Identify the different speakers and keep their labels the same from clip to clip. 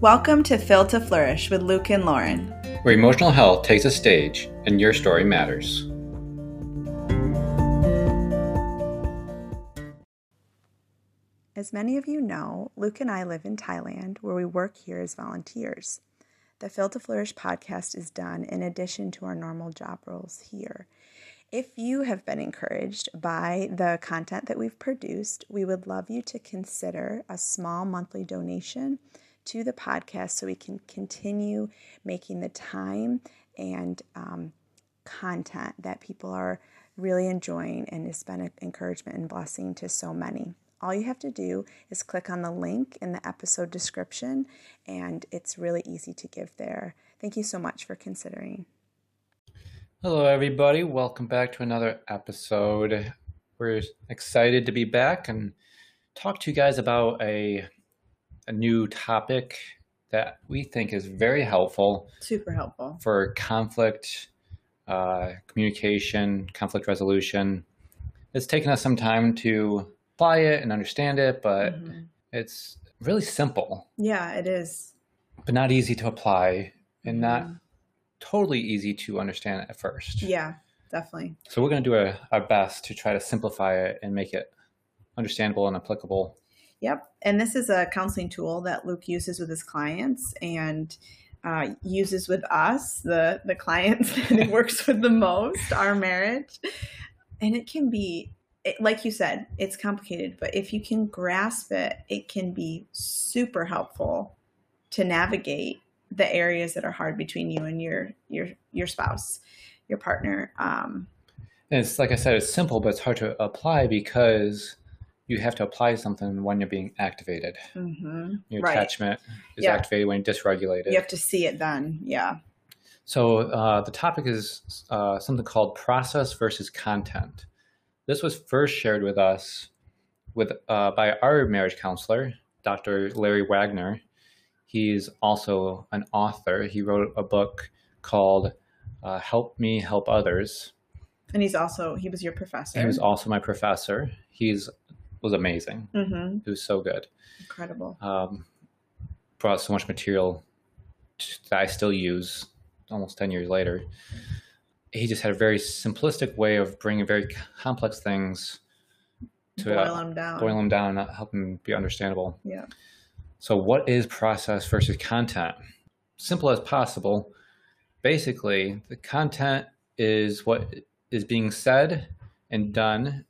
Speaker 1: Welcome to Phil to Flourish with Luke and Lauren.
Speaker 2: where emotional health takes a stage and your story matters.
Speaker 1: As many of you know, Luke and I live in Thailand where we work here as volunteers. The Phil to Flourish podcast is done in addition to our normal job roles here. If you have been encouraged by the content that we've produced, we would love you to consider a small monthly donation to the podcast so we can continue making the time and um, content that people are really enjoying and has been an encouragement and blessing to so many. All you have to do is click on the link in the episode description, and it's really easy to give there. Thank you so much for considering.
Speaker 2: Hello, everybody. Welcome back to another episode. We're excited to be back and talk to you guys about a, a new topic that we think is very helpful
Speaker 1: Super helpful.
Speaker 2: for conflict, uh, communication, conflict resolution. It's taken us some time to apply it and understand it, but it's really simple,
Speaker 1: Mm-hmm. Yeah, it is. Mm-hmm.
Speaker 2: but not easy to apply and not totally easy to understand at first.
Speaker 1: Yeah, definitely.
Speaker 2: So we're going to do our, our best to try to simplify it and make it understandable and applicable.
Speaker 1: Yep. And this is a counseling tool that Luke uses with his clients and uh, uses with us, the, the clients that it works with the most, our marriage. And it can be, it, like you said, it's complicated, but if you can grasp it, it can be super helpful to navigate the areas that are hard between you and your your your spouse, your partner. Um,
Speaker 2: And it's like I said, it's simple, but it's hard to apply because you have to apply something when you're being activated.
Speaker 1: mhm.
Speaker 2: Your
Speaker 1: Right.
Speaker 2: attachment is
Speaker 1: Yeah.
Speaker 2: activated when you're dysregulated.
Speaker 1: You have to see it then. Yeah.
Speaker 2: So uh, the topic is uh, something called process versus content. This was first shared with us with uh, by our marriage counselor, Dr. Larry Wagner. He's also an author. He wrote a book called uh, "Help Me Help Others."
Speaker 1: And he's also, he was your professor.
Speaker 2: He was also my professor. He's was amazing.
Speaker 1: hmm
Speaker 2: He was so good.
Speaker 1: Incredible.
Speaker 2: Um, brought so much material t- that I still use almost 10 years later. He just had a very simplistic way of bringing very c- complex things to
Speaker 1: boil
Speaker 2: uh,
Speaker 1: them down.
Speaker 2: boil them down, and help them be understandable.
Speaker 1: Yeah.
Speaker 2: So, what is process versus content? Simple as possible. Basically, the content is what is being said and done,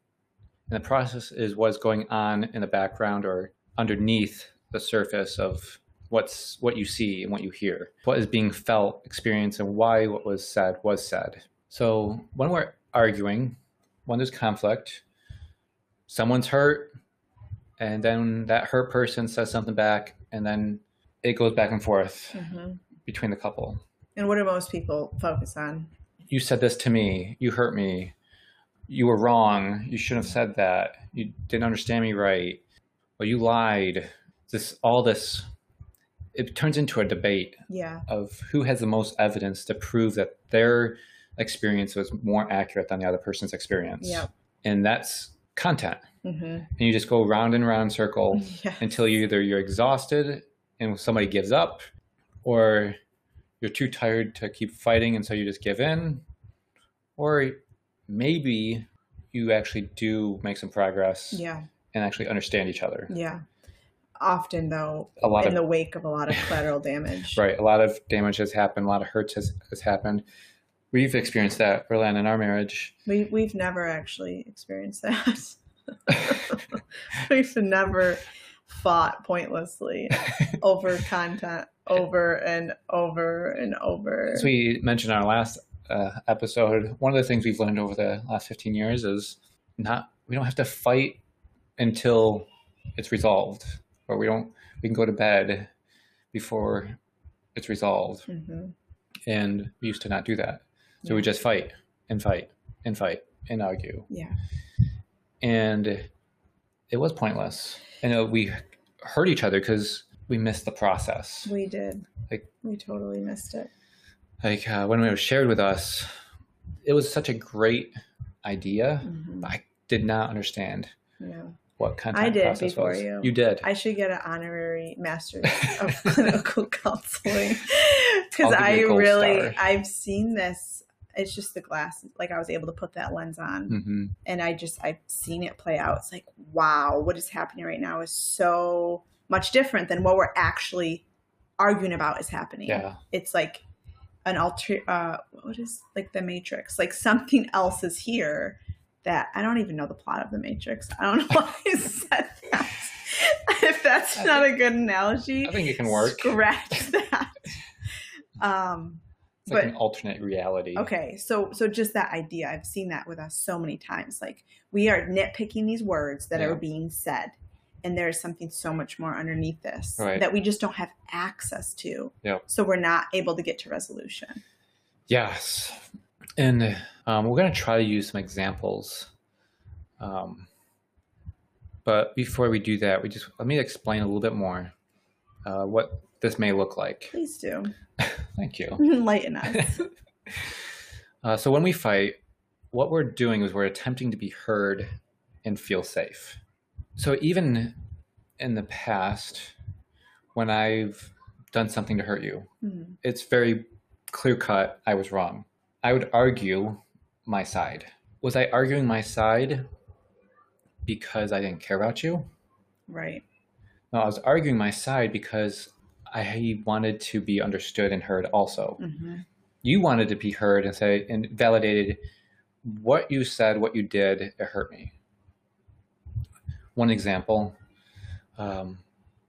Speaker 2: and the process is what's going on in the background or underneath the surface of what's what you see and what you hear. What is being felt, experienced, and why what was said was said. So, when we're arguing, when there's conflict, someone's hurt, and then that hurt person says something back, and then it goes back and forth
Speaker 1: Mhm.
Speaker 2: between the couple.
Speaker 1: And what do most people focus on?
Speaker 2: You said this to me. You hurt me. You were wrong. You shouldn't have said that. You didn't understand me right. Well, you lied. This all this. It turns into a debate
Speaker 1: Yeah.
Speaker 2: of who has the most evidence to prove that their experience was more accurate than the other person's experience.
Speaker 1: Yep.
Speaker 2: And that's content.
Speaker 1: hmm
Speaker 2: And you just go round and round circle
Speaker 1: Yeah.
Speaker 2: until you either you're exhausted and somebody gives up or you're too tired to keep fighting and so you just give in or maybe you actually do make some progress
Speaker 1: Yeah.
Speaker 2: and actually understand each other
Speaker 1: Yeah. Often, though,
Speaker 2: a lot
Speaker 1: in
Speaker 2: of
Speaker 1: the wake of a lot of collateral damage.
Speaker 2: right a lot of damage has happened a lot of hurts has, has happened we've experienced that Berlin in our marriage
Speaker 1: We, we've never actually experienced that. we've never fought pointlessly over content over and over and over.
Speaker 2: as we mentioned in our last uh, episode, one of the things we've learned over the last 15 years is not we don't have to fight until it's resolved, or we don't we can go to bed before it's resolved.
Speaker 1: hmm
Speaker 2: And we used to not do that, so we just fight and fight and fight and argue,
Speaker 1: Yeah.
Speaker 2: and it was pointless. And uh, we hurt each other because we missed the process.
Speaker 1: We did.
Speaker 2: Like-
Speaker 1: we totally missed it.
Speaker 2: Like uh, when it was shared with us, it was such a great idea.
Speaker 1: hmm
Speaker 2: I did not understand.
Speaker 1: Yeah.
Speaker 2: what content
Speaker 1: I did
Speaker 2: process
Speaker 1: before
Speaker 2: was.
Speaker 1: you.
Speaker 2: You did.
Speaker 1: I should get an honorary master's of clinical counseling because
Speaker 2: I'll give
Speaker 1: I
Speaker 2: you a gold
Speaker 1: really
Speaker 2: star.
Speaker 1: I've seen this. It's just the glass. Like I was able to put that lens on,
Speaker 2: hmm
Speaker 1: and I just I've seen it play out. It's like wow, what is happening right now is so much different than what we're actually arguing about is happening.
Speaker 2: Yeah.
Speaker 1: It's like an alter. Uh, what is like the Matrix? Like something else is here that I don't even know the plot of the Matrix. I don't know why I said that. if that's
Speaker 2: I
Speaker 1: not a good analogy,
Speaker 2: I think it can work.
Speaker 1: Scratch that. um,
Speaker 2: It's like
Speaker 1: but-
Speaker 2: an alternate reality.
Speaker 1: Okay, so so just that idea, I've seen that with us so many times. Like we are nitpicking these words that are
Speaker 2: Yeah.
Speaker 1: being said, and there is something so much more underneath this
Speaker 2: Right.
Speaker 1: that we just don't have access to.
Speaker 2: Yep.
Speaker 1: So we're not able to get to resolution.
Speaker 2: Yes. And um, we're going to try to use some examples. Um, but before we do that, we just let me explain a little bit more uh, what this may look like.
Speaker 1: Please do
Speaker 2: Thank you.
Speaker 1: lighten us.
Speaker 2: Uh, so when we fight, what we're doing is we're attempting to be heard and feel safe. So even in the past, when I've done something to hurt you,
Speaker 1: Mhm.
Speaker 2: it's very clear cut I was wrong. I would argue my side. Was I arguing my side because I didn't care about you?
Speaker 1: Right.
Speaker 2: No, I was arguing my side because I wanted to be understood and heard also
Speaker 1: hmm
Speaker 2: you wanted to be heard and say and validated what you said, what you did, it hurt me. One example, um,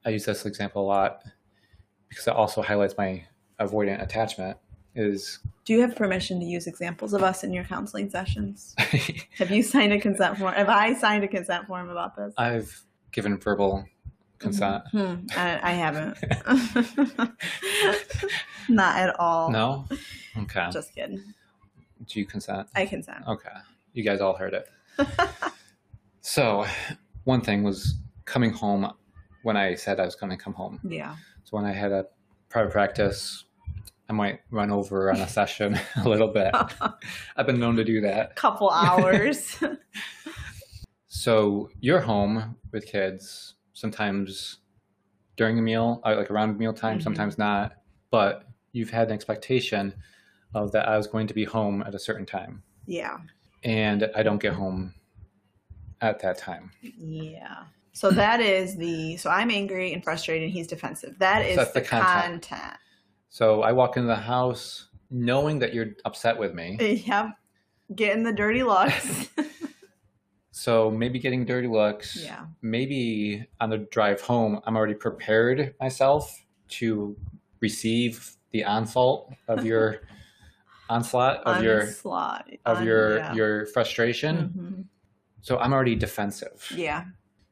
Speaker 2: I use this example a lot because it also highlights my avoidant attachment. Is
Speaker 1: Do you have permission to use examples of us in your counseling sessions? Have you signed a consent form? Have I signed a consent form about this?
Speaker 2: I've given verbal consent.
Speaker 1: Hmm, I, I haven't. Not at all.
Speaker 2: No, okay.
Speaker 1: Just kidding.
Speaker 2: Do you consent?
Speaker 1: I consent.
Speaker 2: Okay. You guys all heard it. so, one thing was coming home when I said I was going to come home.
Speaker 1: Yeah.
Speaker 2: So when I had a private practice, I might run over on a session a little bit. I've been known to do that.
Speaker 1: Couple hours.
Speaker 2: So you're home with kids sometimes during a meal, uh, like around meal time,
Speaker 1: Mhm.
Speaker 2: sometimes not. But you've had an expectation of that I was going to be home at a certain time,
Speaker 1: yeah.
Speaker 2: and I don't get home at that time.
Speaker 1: Yeah. So that is the so I'm angry and frustrated. He's defensive. That is
Speaker 2: That's
Speaker 1: the,
Speaker 2: the
Speaker 1: content.
Speaker 2: content. So I walk into the house knowing that you're upset with me.
Speaker 1: Yep. Getting the dirty looks.
Speaker 2: So maybe getting dirty looks.
Speaker 1: yeah.
Speaker 2: maybe on the drive home, I'm already prepared myself to receive the onslaught of your onslaught of your
Speaker 1: Onslaught.
Speaker 2: of
Speaker 1: On-
Speaker 2: your
Speaker 1: yeah.
Speaker 2: your frustration.
Speaker 1: Mhm.
Speaker 2: So I'm already defensive.
Speaker 1: Yeah.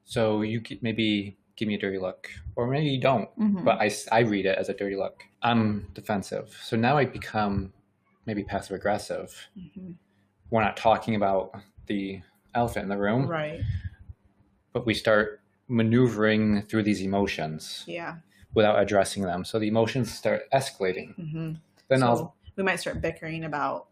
Speaker 2: So you could maybe give me a dirty look, or maybe you don't,
Speaker 1: Mhm.
Speaker 2: but I s- I read it as a dirty look. I'm defensive. So now I become maybe passive aggressive.
Speaker 1: Mhm.
Speaker 2: Mm-hmm. We're not talking about the elephant in the room,
Speaker 1: Right.
Speaker 2: but we start maneuvering through these emotions.
Speaker 1: Yeah.
Speaker 2: without addressing them. So the emotions start escalating.
Speaker 1: hmm
Speaker 2: Then
Speaker 1: So
Speaker 2: I'll
Speaker 1: we might start bickering about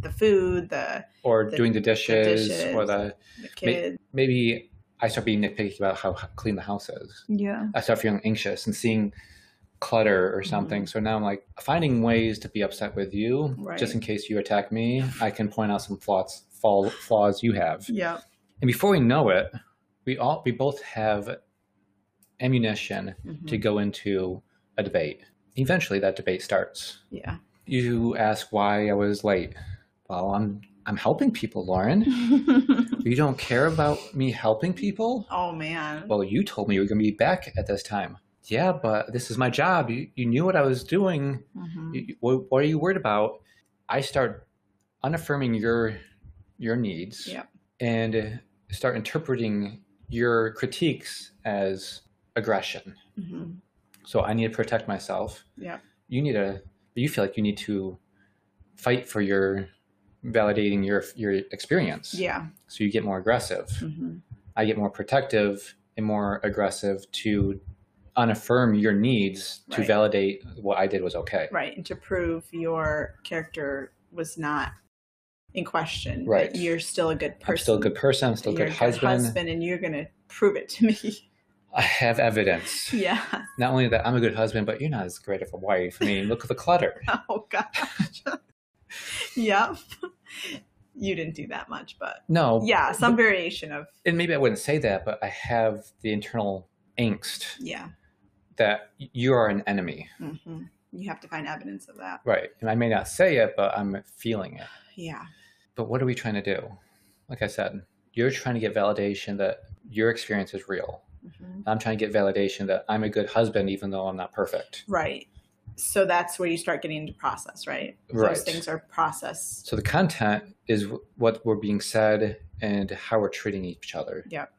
Speaker 1: the food, the,
Speaker 2: or
Speaker 1: the-
Speaker 2: doing the dishes,
Speaker 1: dishes.
Speaker 2: or the
Speaker 1: the kids.
Speaker 2: maybe I start being nitpicky about how clean the house is.
Speaker 1: yeah.
Speaker 2: I start feeling anxious and seeing clutter
Speaker 1: Mm-hmm.
Speaker 2: or something. So now I'm like finding ways to be upset with you,
Speaker 1: Right.
Speaker 2: just in case you attack me. I can point out some flaws, fall, flaws you have,
Speaker 1: Yep.
Speaker 2: and before we know it, we all we both have ammunition
Speaker 1: Mhm.
Speaker 2: to go into a debate. Eventually, that debate starts.
Speaker 1: Yeah.
Speaker 2: you ask why I was late. Well, I'm I'm helping people, Lauren. You don't care about me helping people?
Speaker 1: oh man.
Speaker 2: Well, you told me you were going to be back at this time. Yeah, but this is my job. You, you knew what I was doing.
Speaker 1: Mhm.
Speaker 2: You, you- what, what are you worried about? I start unaffirming your your needs
Speaker 1: Yep.
Speaker 2: and start interpreting your critiques as aggression.
Speaker 1: Mhm.
Speaker 2: So I need to protect myself.
Speaker 1: Yep.
Speaker 2: you need to you feel like you need to fight for your validating your your experience
Speaker 1: Yeah.
Speaker 2: so you get more aggressive
Speaker 1: Mhm.
Speaker 2: i get more protective and more aggressive to unaffirm your needs to
Speaker 1: Right.
Speaker 2: validate what i did was okay
Speaker 1: Right. And to prove your character was not in question. that
Speaker 2: Right.
Speaker 1: You're still a good person.
Speaker 2: i'm still a good person i'm still a
Speaker 1: You're
Speaker 2: good husband,
Speaker 1: husband, and you're going to prove it to me.
Speaker 2: I have evidence.
Speaker 1: Yeah.
Speaker 2: Not only that I'm a good husband, but you're not as great of a wife. I mean, look at the clutter.
Speaker 1: Oh gosh. yep. You didn't do that much, but
Speaker 2: No.
Speaker 1: yeah, some variation of
Speaker 2: And maybe I wouldn't say that, but I have the internal angst
Speaker 1: yeah.
Speaker 2: that you are an enemy.
Speaker 1: hmm You have to find evidence of that.
Speaker 2: Right. And I may not say it, but I'm feeling it.
Speaker 1: Yeah.
Speaker 2: But what are we trying to do? Like I said, you're trying to get validation that your experience is real.
Speaker 1: hmm
Speaker 2: I'm trying to get validation that I'm a good husband, even though I'm not perfect.
Speaker 1: Right. So that's where you start getting into process, right?
Speaker 2: Right.
Speaker 1: Those things are process.
Speaker 2: So the content is what we're being said and how we're treating each other.
Speaker 1: Yep.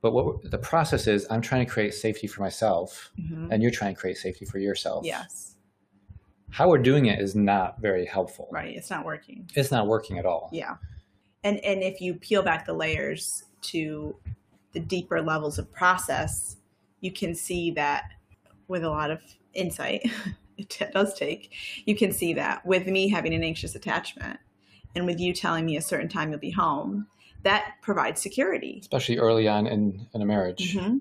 Speaker 2: But what we're- the process is, I'm trying to create safety for myself,
Speaker 1: hmm
Speaker 2: and you're trying to create safety for yourself.
Speaker 1: Yes.
Speaker 2: How we're doing it is not very helpful.
Speaker 1: Right. It's not working.
Speaker 2: It's not working at all.
Speaker 1: Yeah. And and if you peel back the layers to the deeper levels of process, you can see that with a lot of insight, it t- does take. You can see that with me having an anxious attachment and with you telling me a certain time you'll be home, that provides security.
Speaker 2: Especially early on in, in a marriage.
Speaker 1: Mhm.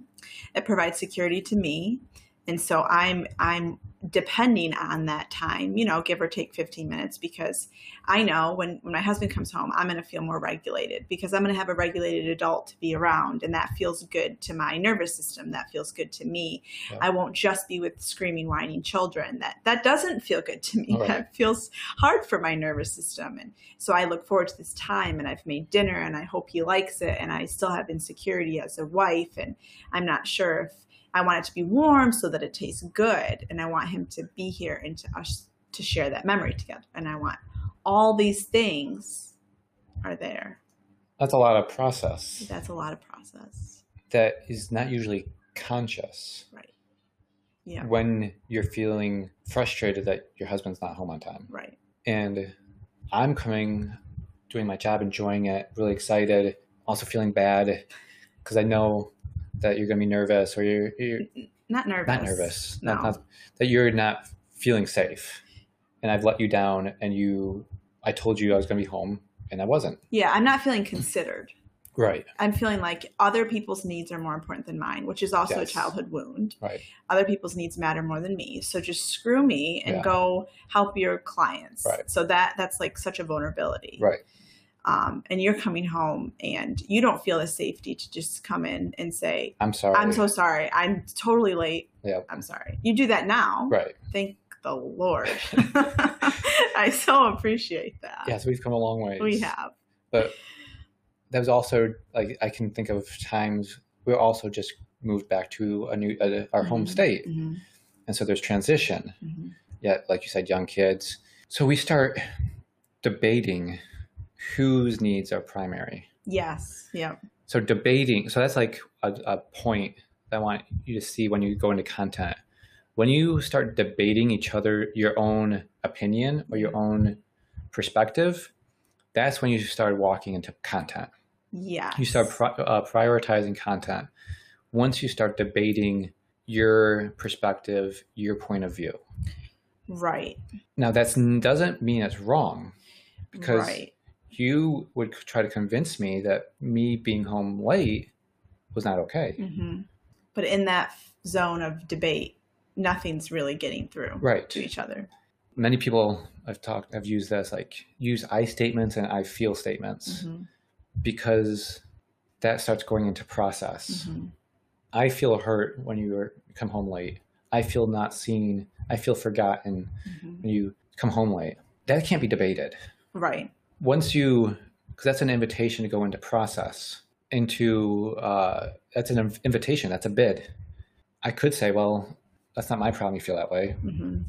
Speaker 1: It provides security to me, and so I'm I'm depending on that time, you know, give or take 15 minutes, because I know when when my husband comes home, I'm going to feel more regulated because I'm going to have a regulated adult to be around, and that feels good to my nervous system. That feels good to me.
Speaker 2: Yeah.
Speaker 1: I won't just be with screaming, whining children. That that doesn't feel good to me.
Speaker 2: Right.
Speaker 1: That feels hard for my nervous system, and so I look forward to this time and I've made dinner and I hope he likes it. And I still have insecurity as a wife and I'm not sure if I want it to be warm so that it tastes good. And I want him to be here and to us to share that memory together. And I want all these things are there.
Speaker 2: That's a lot of process
Speaker 1: That's a lot of process.
Speaker 2: that is not usually conscious.
Speaker 1: Right. Yeah.
Speaker 2: When you're feeling frustrated that your husband's not home on time.
Speaker 1: Right.
Speaker 2: and I'm coming, doing my job, enjoying it, really excited, also feeling bad because I know that you're going to be nervous or you're, you're
Speaker 1: Not nervous.
Speaker 2: not nervous,
Speaker 1: No.
Speaker 2: not, not, that you're not feeling safe. And I've let you down, and you, I told you I was going to be home, and I wasn't.
Speaker 1: yeah. I'm not feeling considered.
Speaker 2: Right,
Speaker 1: I'm feeling like other people's needs are more important than mine, which is also
Speaker 2: Yes.
Speaker 1: a childhood wound.
Speaker 2: right,
Speaker 1: other people's needs matter more than me. So just screw me and
Speaker 2: Yeah.
Speaker 1: go help your clients.
Speaker 2: Right.
Speaker 1: So that that's like such a vulnerability.
Speaker 2: right,
Speaker 1: Um, and you're coming home and you don't feel the safety to just come in and say,
Speaker 2: I'm sorry.
Speaker 1: "I'm so sorry. I'm totally late.
Speaker 2: yeah,
Speaker 1: I'm sorry." You do that now.
Speaker 2: right.
Speaker 1: Thank the Lord. I so appreciate that.
Speaker 2: Yeah, so we've come a long way.
Speaker 1: We have.
Speaker 2: but that was also like I can think of times we were also just moved back to a new uh, our home
Speaker 1: Mhm.
Speaker 2: state,
Speaker 1: Mhm,
Speaker 2: and so there's transition.
Speaker 1: mhm.
Speaker 2: Yet, like you said, young kids. So we start debating whose needs are primary.
Speaker 1: Yes. Yep.
Speaker 2: So debating. So that's like a, a point that I want you to see when you go into content. When you start debating each other, your own opinion or your own perspective, that's when you start walking into content
Speaker 1: Yes.
Speaker 2: you start pri- uh, prioritizing content once you start debating your perspective your point of view
Speaker 1: right.
Speaker 2: now that doesn't mean it's wrong because
Speaker 1: right.
Speaker 2: you would c- try to convince me that me being home late was not okay
Speaker 1: hmm But in that f- zone of debate, nothing's really getting through
Speaker 2: right
Speaker 1: to each other.
Speaker 2: many people i've talked i've used this like use i statements and i feel statements
Speaker 1: Mhm,
Speaker 2: because that starts going into process
Speaker 1: mhm,
Speaker 2: i feel hurt when you are- come home late i feel not seen i feel forgotten
Speaker 1: mhm.
Speaker 2: when you come home late. That can't be debated.
Speaker 1: Right.
Speaker 2: Once you, because that's an invitation to go into process, into uh, that's an inv- invitation, that's a bid. I could say, well, that's not my problem. You feel that way,
Speaker 1: hmm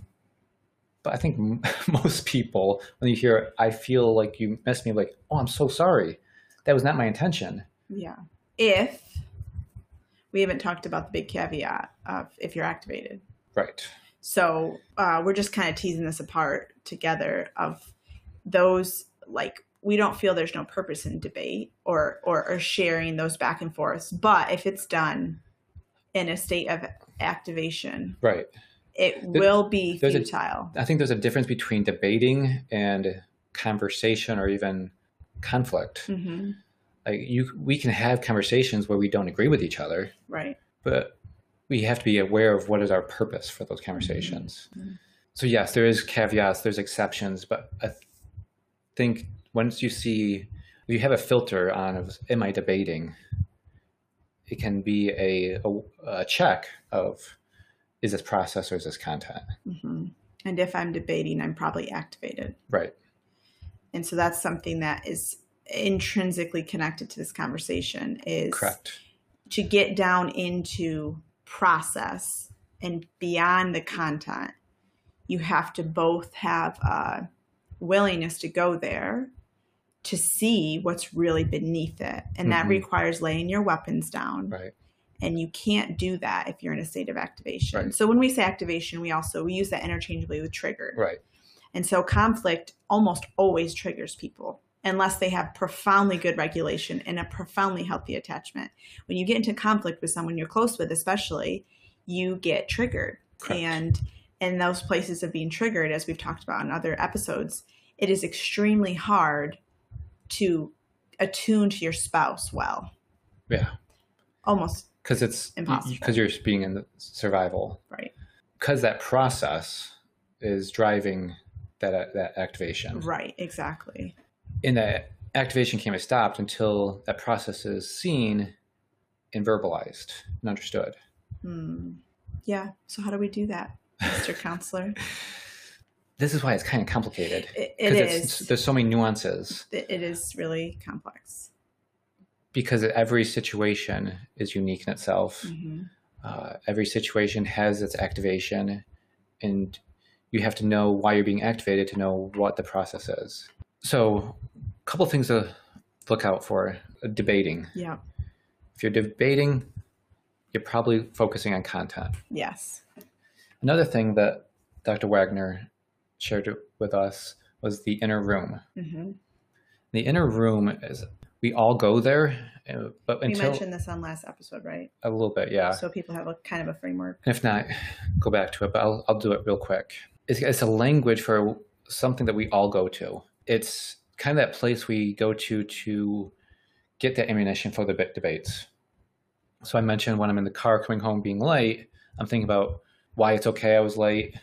Speaker 2: but I think m- most people, when you hear, "I feel like you missed me," like, "Oh, I'm so sorry. That was not my intention."
Speaker 1: Yeah. If we haven't talked about the big caveat of if you're activated.
Speaker 2: Right.
Speaker 1: So uh, we're just kind of teasing this apart together of those like we don't feel there's no purpose in debate or or, or sharing those back and forths. But if it's done in a state of activation,
Speaker 2: Right.
Speaker 1: it will be
Speaker 2: there's a-
Speaker 1: futile.
Speaker 2: I think there's a difference between debating and conversation or even conflict.
Speaker 1: hmm
Speaker 2: like you we can have conversations where we don't agree with each other
Speaker 1: Right.
Speaker 2: but we have to be aware of what is our purpose for those conversations so yes there is caveats there's exceptions but i th- think once you see you have a filter on of, am i debating it can be a, a, a check of is this process or is this content
Speaker 1: hmm And if I'm debating, I'm probably activated.
Speaker 2: right
Speaker 1: And so that's something that is intrinsically connected to this conversation is
Speaker 2: correct
Speaker 1: to get down into process and beyond the content, you have to both have a willingness to go there to see what's really beneath it. And that
Speaker 2: Mhm.
Speaker 1: requires laying your weapons down.
Speaker 2: right
Speaker 1: And you can't do that if you're in a state of activation.
Speaker 2: Right.
Speaker 1: So when we say activation, we also we use that interchangeably with triggered.
Speaker 2: right
Speaker 1: And so conflict almost always triggers people unless they have profoundly good regulation and a profoundly healthy attachment. When you get into conflict with someone you're close with, especially, you get triggered.
Speaker 2: Correct.
Speaker 1: And in those places of being triggered, as we've talked about in other episodes, it is extremely hard to attune to your spouse well.
Speaker 2: yeah
Speaker 1: Almost
Speaker 2: because it's
Speaker 1: Impossible.
Speaker 2: because you're being in the survival
Speaker 1: right.
Speaker 2: because that process is driving that uh, that activation
Speaker 1: Right, exactly.
Speaker 2: and that activation can't be stopped until that process is seen and verbalized and understood
Speaker 1: Hmm. Yeah. So how do we do that, Mr. Counselor?
Speaker 2: this is why it's kind of complicated
Speaker 1: It, it
Speaker 2: because
Speaker 1: is.
Speaker 2: it's there's so many nuances
Speaker 1: it, it is really complex.
Speaker 2: because every situation is unique in itself uh, every situation has its activation and you have to know why you're being activated to know what the process is so a couple things to look out for uh, debating
Speaker 1: Yeah.
Speaker 2: if you're debating you're probably focusing on content
Speaker 1: Yes.
Speaker 2: another thing that dr wagner shared with us was the inner room
Speaker 1: hmm
Speaker 2: the inner room is we all go there uh, but
Speaker 1: We
Speaker 2: until
Speaker 1: mentioned this on last episode, right?
Speaker 2: a little bit yeah
Speaker 1: So people have a kind of a framework.
Speaker 2: And if not, go back to it, but I'll, I'll do it real quick. It's, it's a language for something that we all go to. It's kind of that place we go to to get that ammunition for the bit debates. So I mentioned when I'm in the car coming home being late, I'm thinking about why it's okay I was late,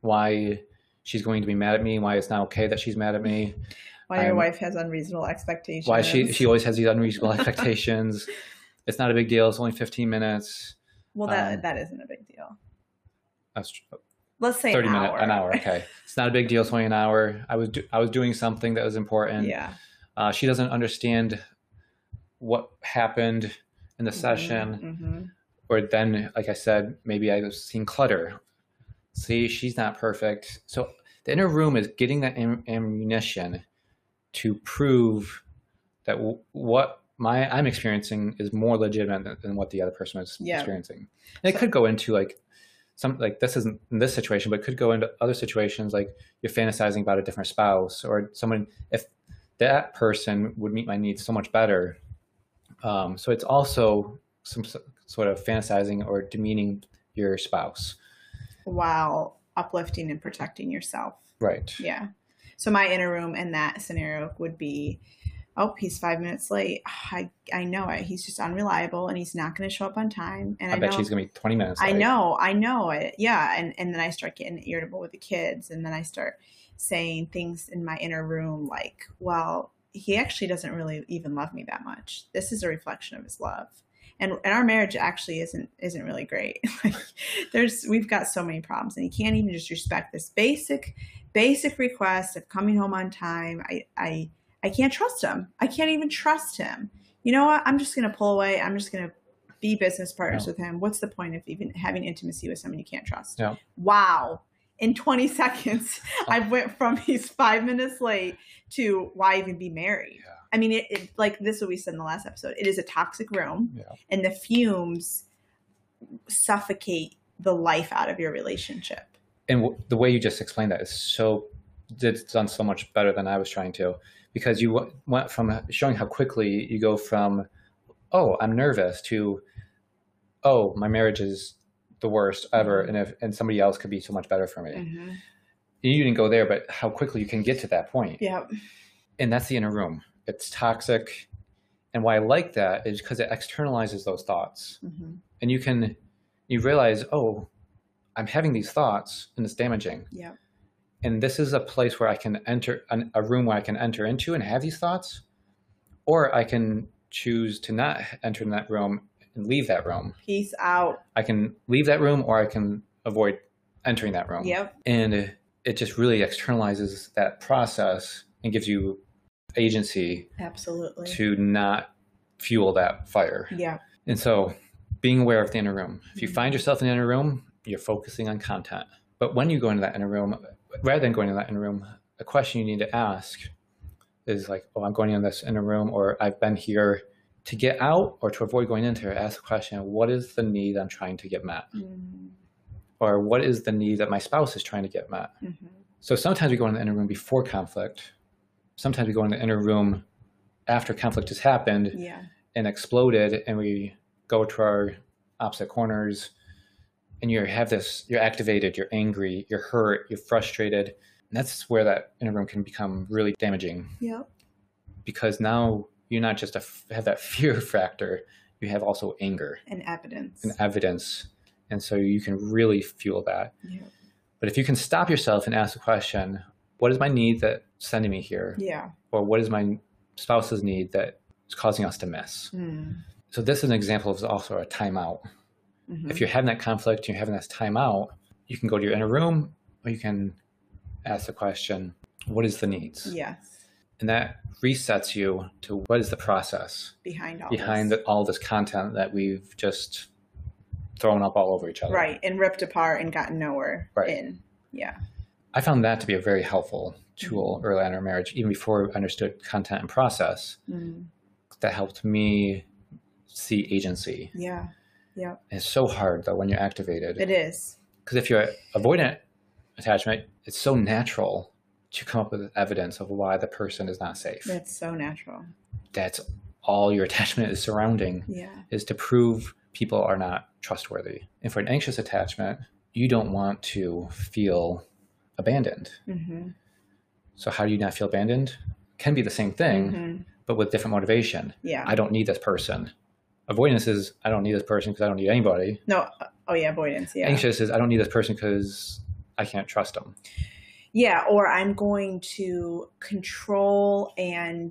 Speaker 2: why she's going to be mad at me, why it's not okay that she's mad at me,
Speaker 1: Why your
Speaker 2: I'm-
Speaker 1: wife has unreasonable expectations.
Speaker 2: why she she always has these unreasonable expectations. It's not a big deal. It's only 15 minutes.
Speaker 1: well, that
Speaker 2: um,
Speaker 1: that isn't a big deal.
Speaker 2: That's-
Speaker 1: Let's say
Speaker 2: 30
Speaker 1: an
Speaker 2: minute
Speaker 1: hour.
Speaker 2: an hour okay it's not a big deal it's only an hour i was do, i was doing something that was important
Speaker 1: yeah.
Speaker 2: uh, she doesn't understand what happened in
Speaker 1: Mm-hmm.
Speaker 2: the session
Speaker 1: hmm
Speaker 2: or then like i said maybe i was seeing clutter see she's not perfect so the inner room is getting that am- ammunition to prove that w- what my i'm experiencing is more legitimate than, than what the other person is
Speaker 1: Yeah.
Speaker 2: experiencing and it
Speaker 1: So-
Speaker 2: could go into like some like this isn't in this situation but it could go into other situations like you're fantasizing about a different spouse or someone if that person would meet my needs so much better um, so it's also some s- sort of fantasizing or demeaning your spouse
Speaker 1: While uplifting and protecting yourself.
Speaker 2: right
Speaker 1: Yeah. So my inner room in that scenario would be, oh, he's five minutes late. I I know it. He's just unreliable and he's not going to show up on time. And I,
Speaker 2: i, bet
Speaker 1: know
Speaker 2: she's gonna be 20 minutes
Speaker 1: I
Speaker 2: late.
Speaker 1: know, I know it. Yeah, and and then I start getting irritable with the kids, and then I start saying things in my inner room like, "Well, he actually doesn't really even love me that much. This is a reflection of his love." And, and our marriage actually isn't isn't really great. like, there's we've got so many problems, and he can't even just respect this basic basic request of coming home on time. I I I can't trust him. I can't even trust him. You know what? I'm just gonna pull away. I'm just gonna be business partners
Speaker 2: Yeah.
Speaker 1: with him. What's the point of even having intimacy with someone you can't trust?
Speaker 2: Yeah.
Speaker 1: Wow. In 20 seconds, I went from he's five minutes late to why even be married?
Speaker 2: Yeah.
Speaker 1: I mean, it, it like this is what we said in the last episode. It is a toxic room,
Speaker 2: Yeah.
Speaker 1: and the fumes suffocate the life out of your relationship.
Speaker 2: and w- the way you just explained that is so it's done so much better than I was trying to because you w- went from showing how quickly you go from oh I'm nervous to oh my marriage is the worst ever
Speaker 1: Mm-hmm.
Speaker 2: and if and somebody else could be so much better for me you didn't go there but how quickly you can get to that point
Speaker 1: Yeah,
Speaker 2: and that's the inner room it's toxic And why I like that is because it externalizes those thoughts.
Speaker 1: Mm-hmm.
Speaker 2: And you can, you realize, oh, I'm having these thoughts and it's damaging.
Speaker 1: Yeah.
Speaker 2: And this is a place where I can enter an, a room where I can enter into and have these thoughts, or I can choose to not enter in that room and leave that room.
Speaker 1: Peace out.
Speaker 2: I can leave that room or I can avoid entering that room.
Speaker 1: Yep.
Speaker 2: And it just really externalizes that process and gives you agency
Speaker 1: Absolutely.
Speaker 2: to not fuel that fire.
Speaker 1: Yeah.
Speaker 2: And so being aware of the inner room. If you
Speaker 1: Mhm.
Speaker 2: find yourself in the inner room, you're focusing on content. But when you go into that inner room, rather than going into that inner room, a question you need to ask is like, oh, I'm going in this inner room or I've been here to get out or to avoid going into it, ask the question, what is the need I'm trying to get met?
Speaker 1: Mm-hmm.
Speaker 2: Or what is the need that my spouse is trying to get met? So sometimes we go in the inner room before conflict. Sometimes we go in the inner room after conflict has happened
Speaker 1: Yeah.
Speaker 2: and exploded and we go to our opposite corners and you have this you're activated you're angry you're hurt you're frustrated and that's where that inner room can become really damaging
Speaker 1: Yep.
Speaker 2: because now you're not just a, f- have that fear factor you have also anger
Speaker 1: And evidence.
Speaker 2: and evidence and so you can really fuel that
Speaker 1: yeah.
Speaker 2: but if you can stop yourself and ask the question what is my need that's sending me here
Speaker 1: Yeah.
Speaker 2: or what is my spouse's need that is causing us to mess
Speaker 1: Mm-hmm.
Speaker 2: so this is an example of also a timeout if
Speaker 1: Mm-hmm.
Speaker 2: you're having that conflict you're having this time out you can go to your inner room or you can ask the question what is the needs
Speaker 1: yes.
Speaker 2: and that resets you to what is the process
Speaker 1: Behind all
Speaker 2: behind
Speaker 1: this.
Speaker 2: the, all this content that we've just thrown up all over each other
Speaker 1: right and ripped apart and gotten nowhere
Speaker 2: Right.
Speaker 1: in. Yeah.
Speaker 2: i found that to be a very helpful tool early on in our marriage even before i understood content and process
Speaker 1: Mm.
Speaker 2: that helped me see agency
Speaker 1: Yeah. Yeah.
Speaker 2: it's so hard though when you're activated
Speaker 1: It is.
Speaker 2: because if you're avoidant attachment, it's so natural to come up with evidence of why the person is not safe.
Speaker 1: That's so natural.
Speaker 2: That's all your attachment is surrounding
Speaker 1: Yeah.
Speaker 2: is to prove people are not trustworthy. And for an anxious attachment, you don't want to feel abandoned.
Speaker 1: Mm-hmm.
Speaker 2: So how do you not feel abandoned? Can be the same thing,
Speaker 1: Mhm.
Speaker 2: but with different motivation.
Speaker 1: Yeah.
Speaker 2: I don't need this person. Avoidance is I don't need this person because I don't need anybody.
Speaker 1: no. uh, Oh yeah. Avoidance. Yeah.
Speaker 2: Anxious is I don't need this person because I can't trust them.
Speaker 1: yeah or i'm going to control and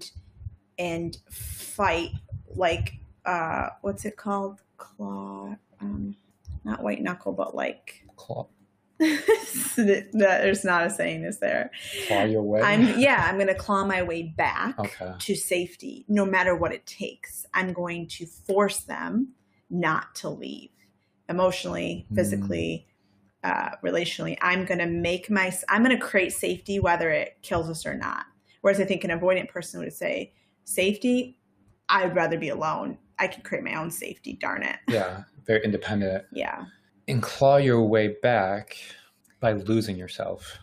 Speaker 1: and fight like uh what's it called claw um not white knuckle but like
Speaker 2: Claw,
Speaker 1: that- there's not a saying is there
Speaker 2: claw your way.
Speaker 1: i'm yeah i'm gonna claw my way back
Speaker 2: Okay.
Speaker 1: to safety no matter what it takes i'm going to force them not to leave emotionally
Speaker 2: Mm.
Speaker 1: physically uh, relationally i'm going to make my i'm going to create safety whether it kills us or not whereas i think an avoidant person would say safety i'd rather be alone i can create my own safety darn it
Speaker 2: Yeah, very independent.
Speaker 1: yeah
Speaker 2: And claw your way back by losing yourself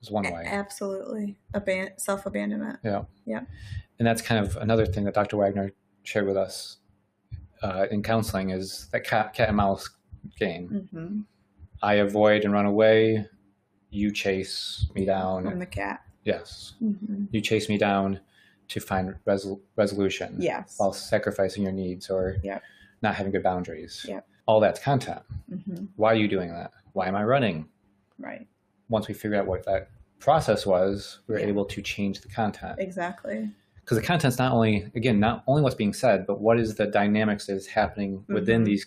Speaker 2: is one
Speaker 1: A-
Speaker 2: way.
Speaker 1: absolutely Aban- self-abandonment
Speaker 2: Yeah.
Speaker 1: Yeah.
Speaker 2: And that's kind of another thing that Dr. Wagner shared with us uh, in counseling is that cat, cat and mouse game.
Speaker 1: mm-hmm.
Speaker 2: I avoid and run away. You chase me down. Mm.
Speaker 1: i'm the cat
Speaker 2: yes.
Speaker 1: hmm
Speaker 2: You chase me down to find resol- resolution
Speaker 1: yes
Speaker 2: while sacrificing your needs or
Speaker 1: Yep.
Speaker 2: not having good boundaries.
Speaker 1: Yep.
Speaker 2: All that's content.
Speaker 1: hmm
Speaker 2: Why are you doing that? Why am I running?
Speaker 1: right
Speaker 2: once we figured out what that process was, we were
Speaker 1: Yeah.
Speaker 2: able to change the content.
Speaker 1: exactly
Speaker 2: Because the content's not only, again, not only what's being said, but what is the dynamics that is happening within
Speaker 1: Mhm.
Speaker 2: these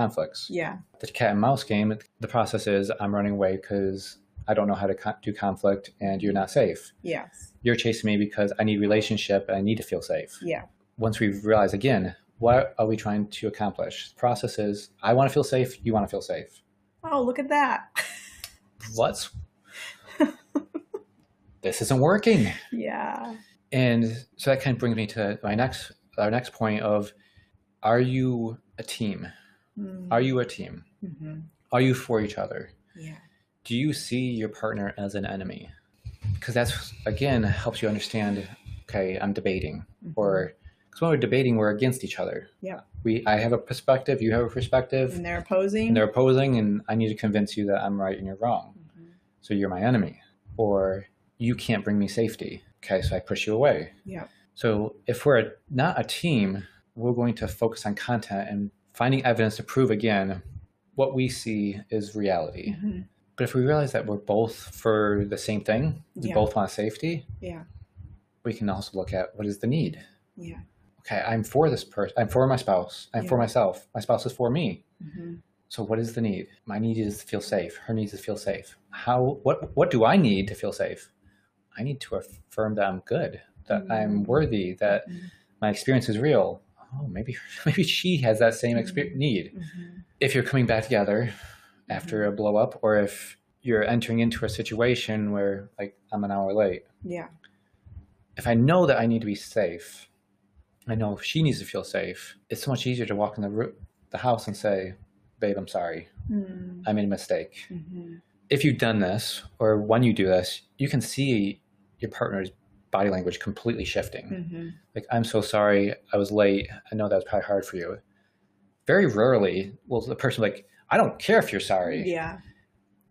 Speaker 2: conflicts.
Speaker 1: yeah
Speaker 2: The cat and mouse game, the process is I'm running away because I don't know how to co- do conflict and you're not safe.
Speaker 1: Yes.
Speaker 2: You're chasing me because I need relationship and I need to feel safe.
Speaker 1: Yeah.
Speaker 2: Once we realize, again, what are we trying to accomplish? The process is I want to feel safe, you want to feel safe.
Speaker 1: Oh, look at that.
Speaker 2: What's. this isn't working.
Speaker 1: Yeah.
Speaker 2: And so that kind of brings me to my next our next point of are you a team? Are you a team?
Speaker 1: Mm-hmm.
Speaker 2: Are you for each other?
Speaker 1: Yeah.
Speaker 2: Do you see your partner as an enemy? Because that's again helps you understand okay, I'm debating
Speaker 1: Mm-hmm.
Speaker 2: or because when we're debating we're against each other.
Speaker 1: Yeah.
Speaker 2: We I have a perspective, you have a perspective,
Speaker 1: and they're opposing.
Speaker 2: and they're opposing and I need to convince you that I'm right and you're wrong.
Speaker 1: Mhm.
Speaker 2: So you're my enemy or you can't bring me safety. Okay, so I push you away.
Speaker 1: Yeah.
Speaker 2: So if we're not a team, we're going to focus on content and finding evidence to prove again what we see is reality.
Speaker 1: Mhm.
Speaker 2: But if we realize that we're both for the same thing, we
Speaker 1: Yeah.
Speaker 2: both want safety,
Speaker 1: Yeah.
Speaker 2: we can also look at what is the need.
Speaker 1: Yeah.
Speaker 2: Okay, I'm for this person. I'm for my spouse. I'm for
Speaker 1: Yeah.
Speaker 2: myself. My spouse is for me.
Speaker 1: Mm-hmm.
Speaker 2: So what is the need? My need is to feel safe. Her needs to feel safe. How what what do I need to feel safe? I need to affirm that I'm good, that I'm
Speaker 1: Mm.
Speaker 2: worthy, that my experience is real. Oh, maybe maybe she has that same
Speaker 1: Mhm.
Speaker 2: exper- need.
Speaker 1: Mm-hmm.
Speaker 2: If you're coming back together after a blow up or if you're entering into a situation where like I'm an hour late,
Speaker 1: Yeah.
Speaker 2: if I know that I need to be safe, I know she needs to feel safe. It's so much easier to walk in the ro- the house and say, "Babe, I'm sorry.
Speaker 1: Mm-hmm.
Speaker 2: I made a mistake."
Speaker 1: Mm-hmm.
Speaker 2: if you've done this or when you do this, you can see your partner's body language completely shifting.
Speaker 1: Mm-hmm.
Speaker 2: Like, I'm so sorry, I was late. I know that was probably hard for you. Very rarely will the person be like, I don't care if you're sorry.
Speaker 1: Yeah.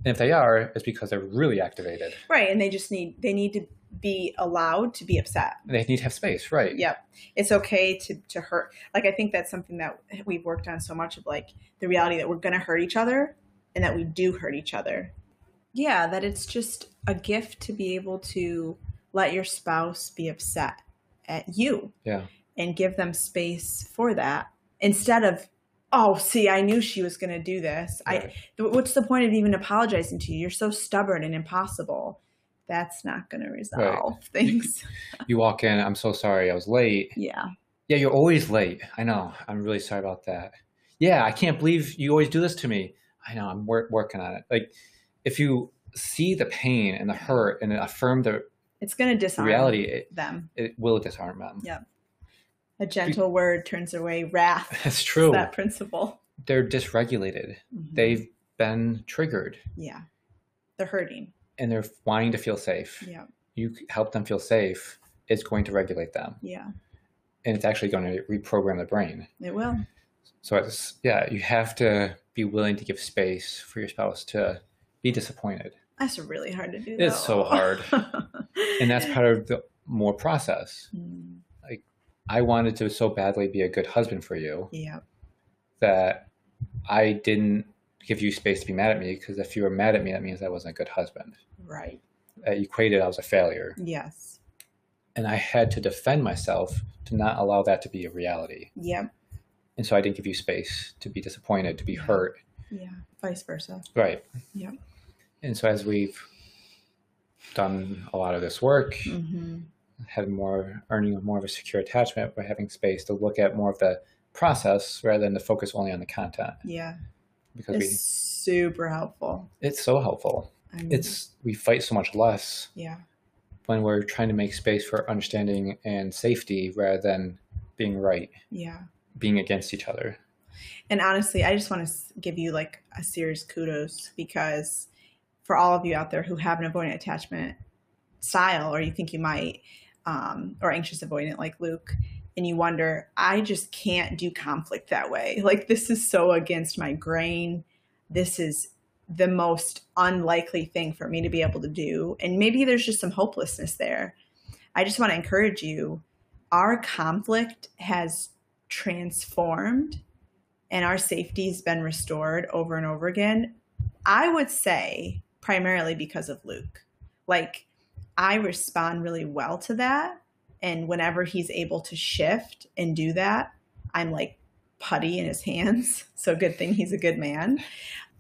Speaker 2: And if they are, it's because they're really activated.
Speaker 1: Right. And they just need they need to be allowed to be upset.
Speaker 2: They need to have space, right?
Speaker 1: Yep. It's okay to to hurt. Like I think that's something that we've worked on so much of like the reality that we're going to hurt each other and that we do hurt each other. Yeah, that it's just a gift to be able to let your spouse be upset at you
Speaker 2: Yeah.
Speaker 1: and give them space for that instead of oh see i knew she was going to do this i
Speaker 2: Right.
Speaker 1: th- what's the point of even apologizing to you you're so stubborn and impossible that's not going to resolve things
Speaker 2: You walk in, I'm so sorry, I was late.
Speaker 1: yeah
Speaker 2: Yeah, you're always late. I know. I'm really sorry about that. Yeah, I can't believe you always do this to me. I know. I'm wor- working on it. Like, if you see the pain and the hurt and affirm the
Speaker 1: it's going to disarm
Speaker 2: reality, it,
Speaker 1: them.
Speaker 2: it will disarm them.
Speaker 1: Yeah. A gentle word turns away wrath.
Speaker 2: That's true.
Speaker 1: That principle.
Speaker 2: They're dysregulated.
Speaker 1: Mhm.
Speaker 2: They've been triggered
Speaker 1: yeah, they're hurting.
Speaker 2: and they're wanting to feel safe.
Speaker 1: Yeah,
Speaker 2: You c- help them feel safe, it's going to regulate them
Speaker 1: yeah,
Speaker 2: and it's actually going to reprogram the brain.
Speaker 1: it will.
Speaker 2: So it's, yeah, you have to be willing to give space for your spouse to be disappointed.
Speaker 1: That's really hard to do.
Speaker 2: It's so hard. and that's part of the more process.
Speaker 1: Mm,
Speaker 2: I wanted to so badly be a good husband for you
Speaker 1: yeah,
Speaker 2: that I didn't give you space to be mad at me because if you were mad at me, that means I wasn't a good husband.
Speaker 1: right.
Speaker 2: I equated I was a failure,
Speaker 1: Yes.
Speaker 2: and I had to defend myself to not allow that to be a reality.
Speaker 1: Yep.
Speaker 2: And so I didn't give you space to be disappointed, to be
Speaker 1: Yeah.
Speaker 2: hurt,
Speaker 1: Yeah. Vice versa.
Speaker 2: right?
Speaker 1: Yep.
Speaker 2: And so as we've done a lot of this work,
Speaker 1: Mm-hmm.
Speaker 2: having more earning more of a secure attachment by having space to look at more of the process rather than to focus only on the content
Speaker 1: Yeah.
Speaker 2: because
Speaker 1: It's super helpful.
Speaker 2: we, it's so helpful
Speaker 1: I mean,
Speaker 2: it's we fight so much less
Speaker 1: yeah.
Speaker 2: when we're trying to make space for understanding and safety rather than being right
Speaker 1: Yeah.
Speaker 2: being against each other
Speaker 1: And honestly, I just want to give you like a serious kudos because for all of you out there who have an avoidant attachment style, or you think you might, um, or anxious avoidant like Luke, and you wonder, I just can't do conflict that way. Like, this is so against my grain. This is the most unlikely thing for me to be able to do. And maybe there's just some hopelessness there. I just want to encourage you our conflict has transformed and our safety has been restored over and over again. I would say primarily because of Luke. Like, I respond really well to that. And whenever he's able to shift and do that, I'm like putty in his hands. So, good thing he's a good man.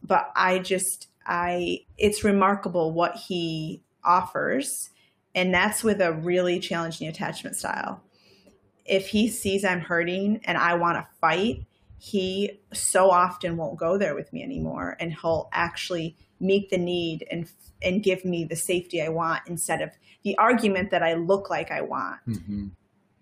Speaker 1: But I just, I, it's remarkable what he offers. And that's with a really challenging attachment style. If he sees I'm hurting and I want to fight, he so often won't go there with me anymore and he'll actually meet the need and and give me the safety I want instead of the argument that I look like I want.
Speaker 2: mm-hmm.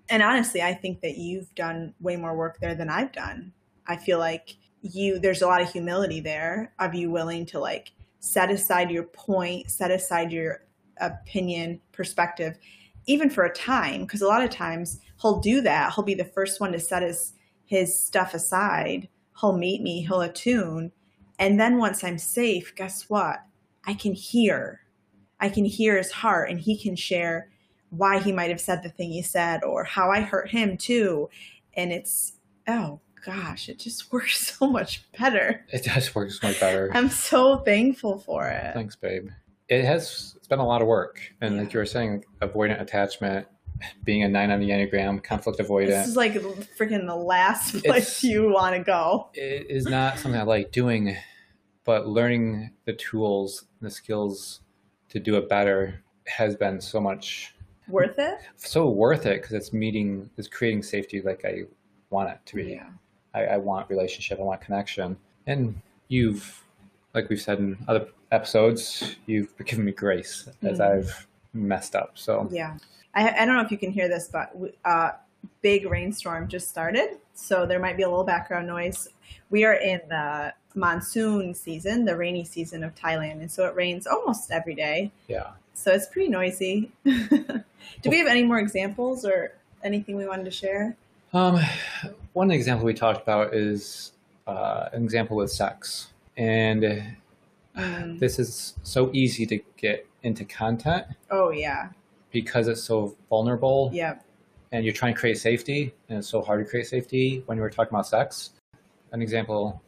Speaker 1: And honestly, I think that you've done way more work there than I've done. I feel like you there's a lot of humility there of you willing to like set aside your point, set aside your opinion, perspective, even for a time, because a lot of times he'll do that. He'll be the first one to set his his stuff aside. He'll meet me, he'll attune. And then once I'm safe, guess what? I can hear. I can hear his heart and he can share why he might have said the thing he said or how I hurt him too. And it's, oh gosh, it just works so much better.
Speaker 2: It does work so much better.
Speaker 1: I'm so thankful for it.
Speaker 2: Thanks, babe. It has it's been a lot of work, and like you were saying, avoidant attachment, being a nine on the enneagram, conflict
Speaker 1: This
Speaker 2: avoidant,
Speaker 1: is like freaking the last place
Speaker 2: It's-
Speaker 1: you want to go.
Speaker 2: it is not something I like doing, but learning the tools, the skills to do it better has been so much
Speaker 1: Worth it?
Speaker 2: so worth it because it's meeting is creating safety like I want it to be. I, I want relationship. I want connection. And you've, like we've said in other episodes, you've given me grace as
Speaker 1: Mm.
Speaker 2: I've messed up. So
Speaker 1: Yeah. I, I don't know if you can hear this, but uh, big rainstorm just started. So there might be a little background noise. We are in the monsoon season, the rainy season of Thailand. And so it rains almost every day.
Speaker 2: yeah,
Speaker 1: So it's pretty noisy. Do we have any more examples or anything we wanted to share?
Speaker 2: Um, one example we talked about is uh, an example with sex, and
Speaker 1: Mm.
Speaker 2: this is so easy to get into content
Speaker 1: Oh, yeah.
Speaker 2: because it's so vulnerable.
Speaker 1: Yeah.
Speaker 2: and you're trying to create safety, and it's so hard to create safety when we're talking about sex. An example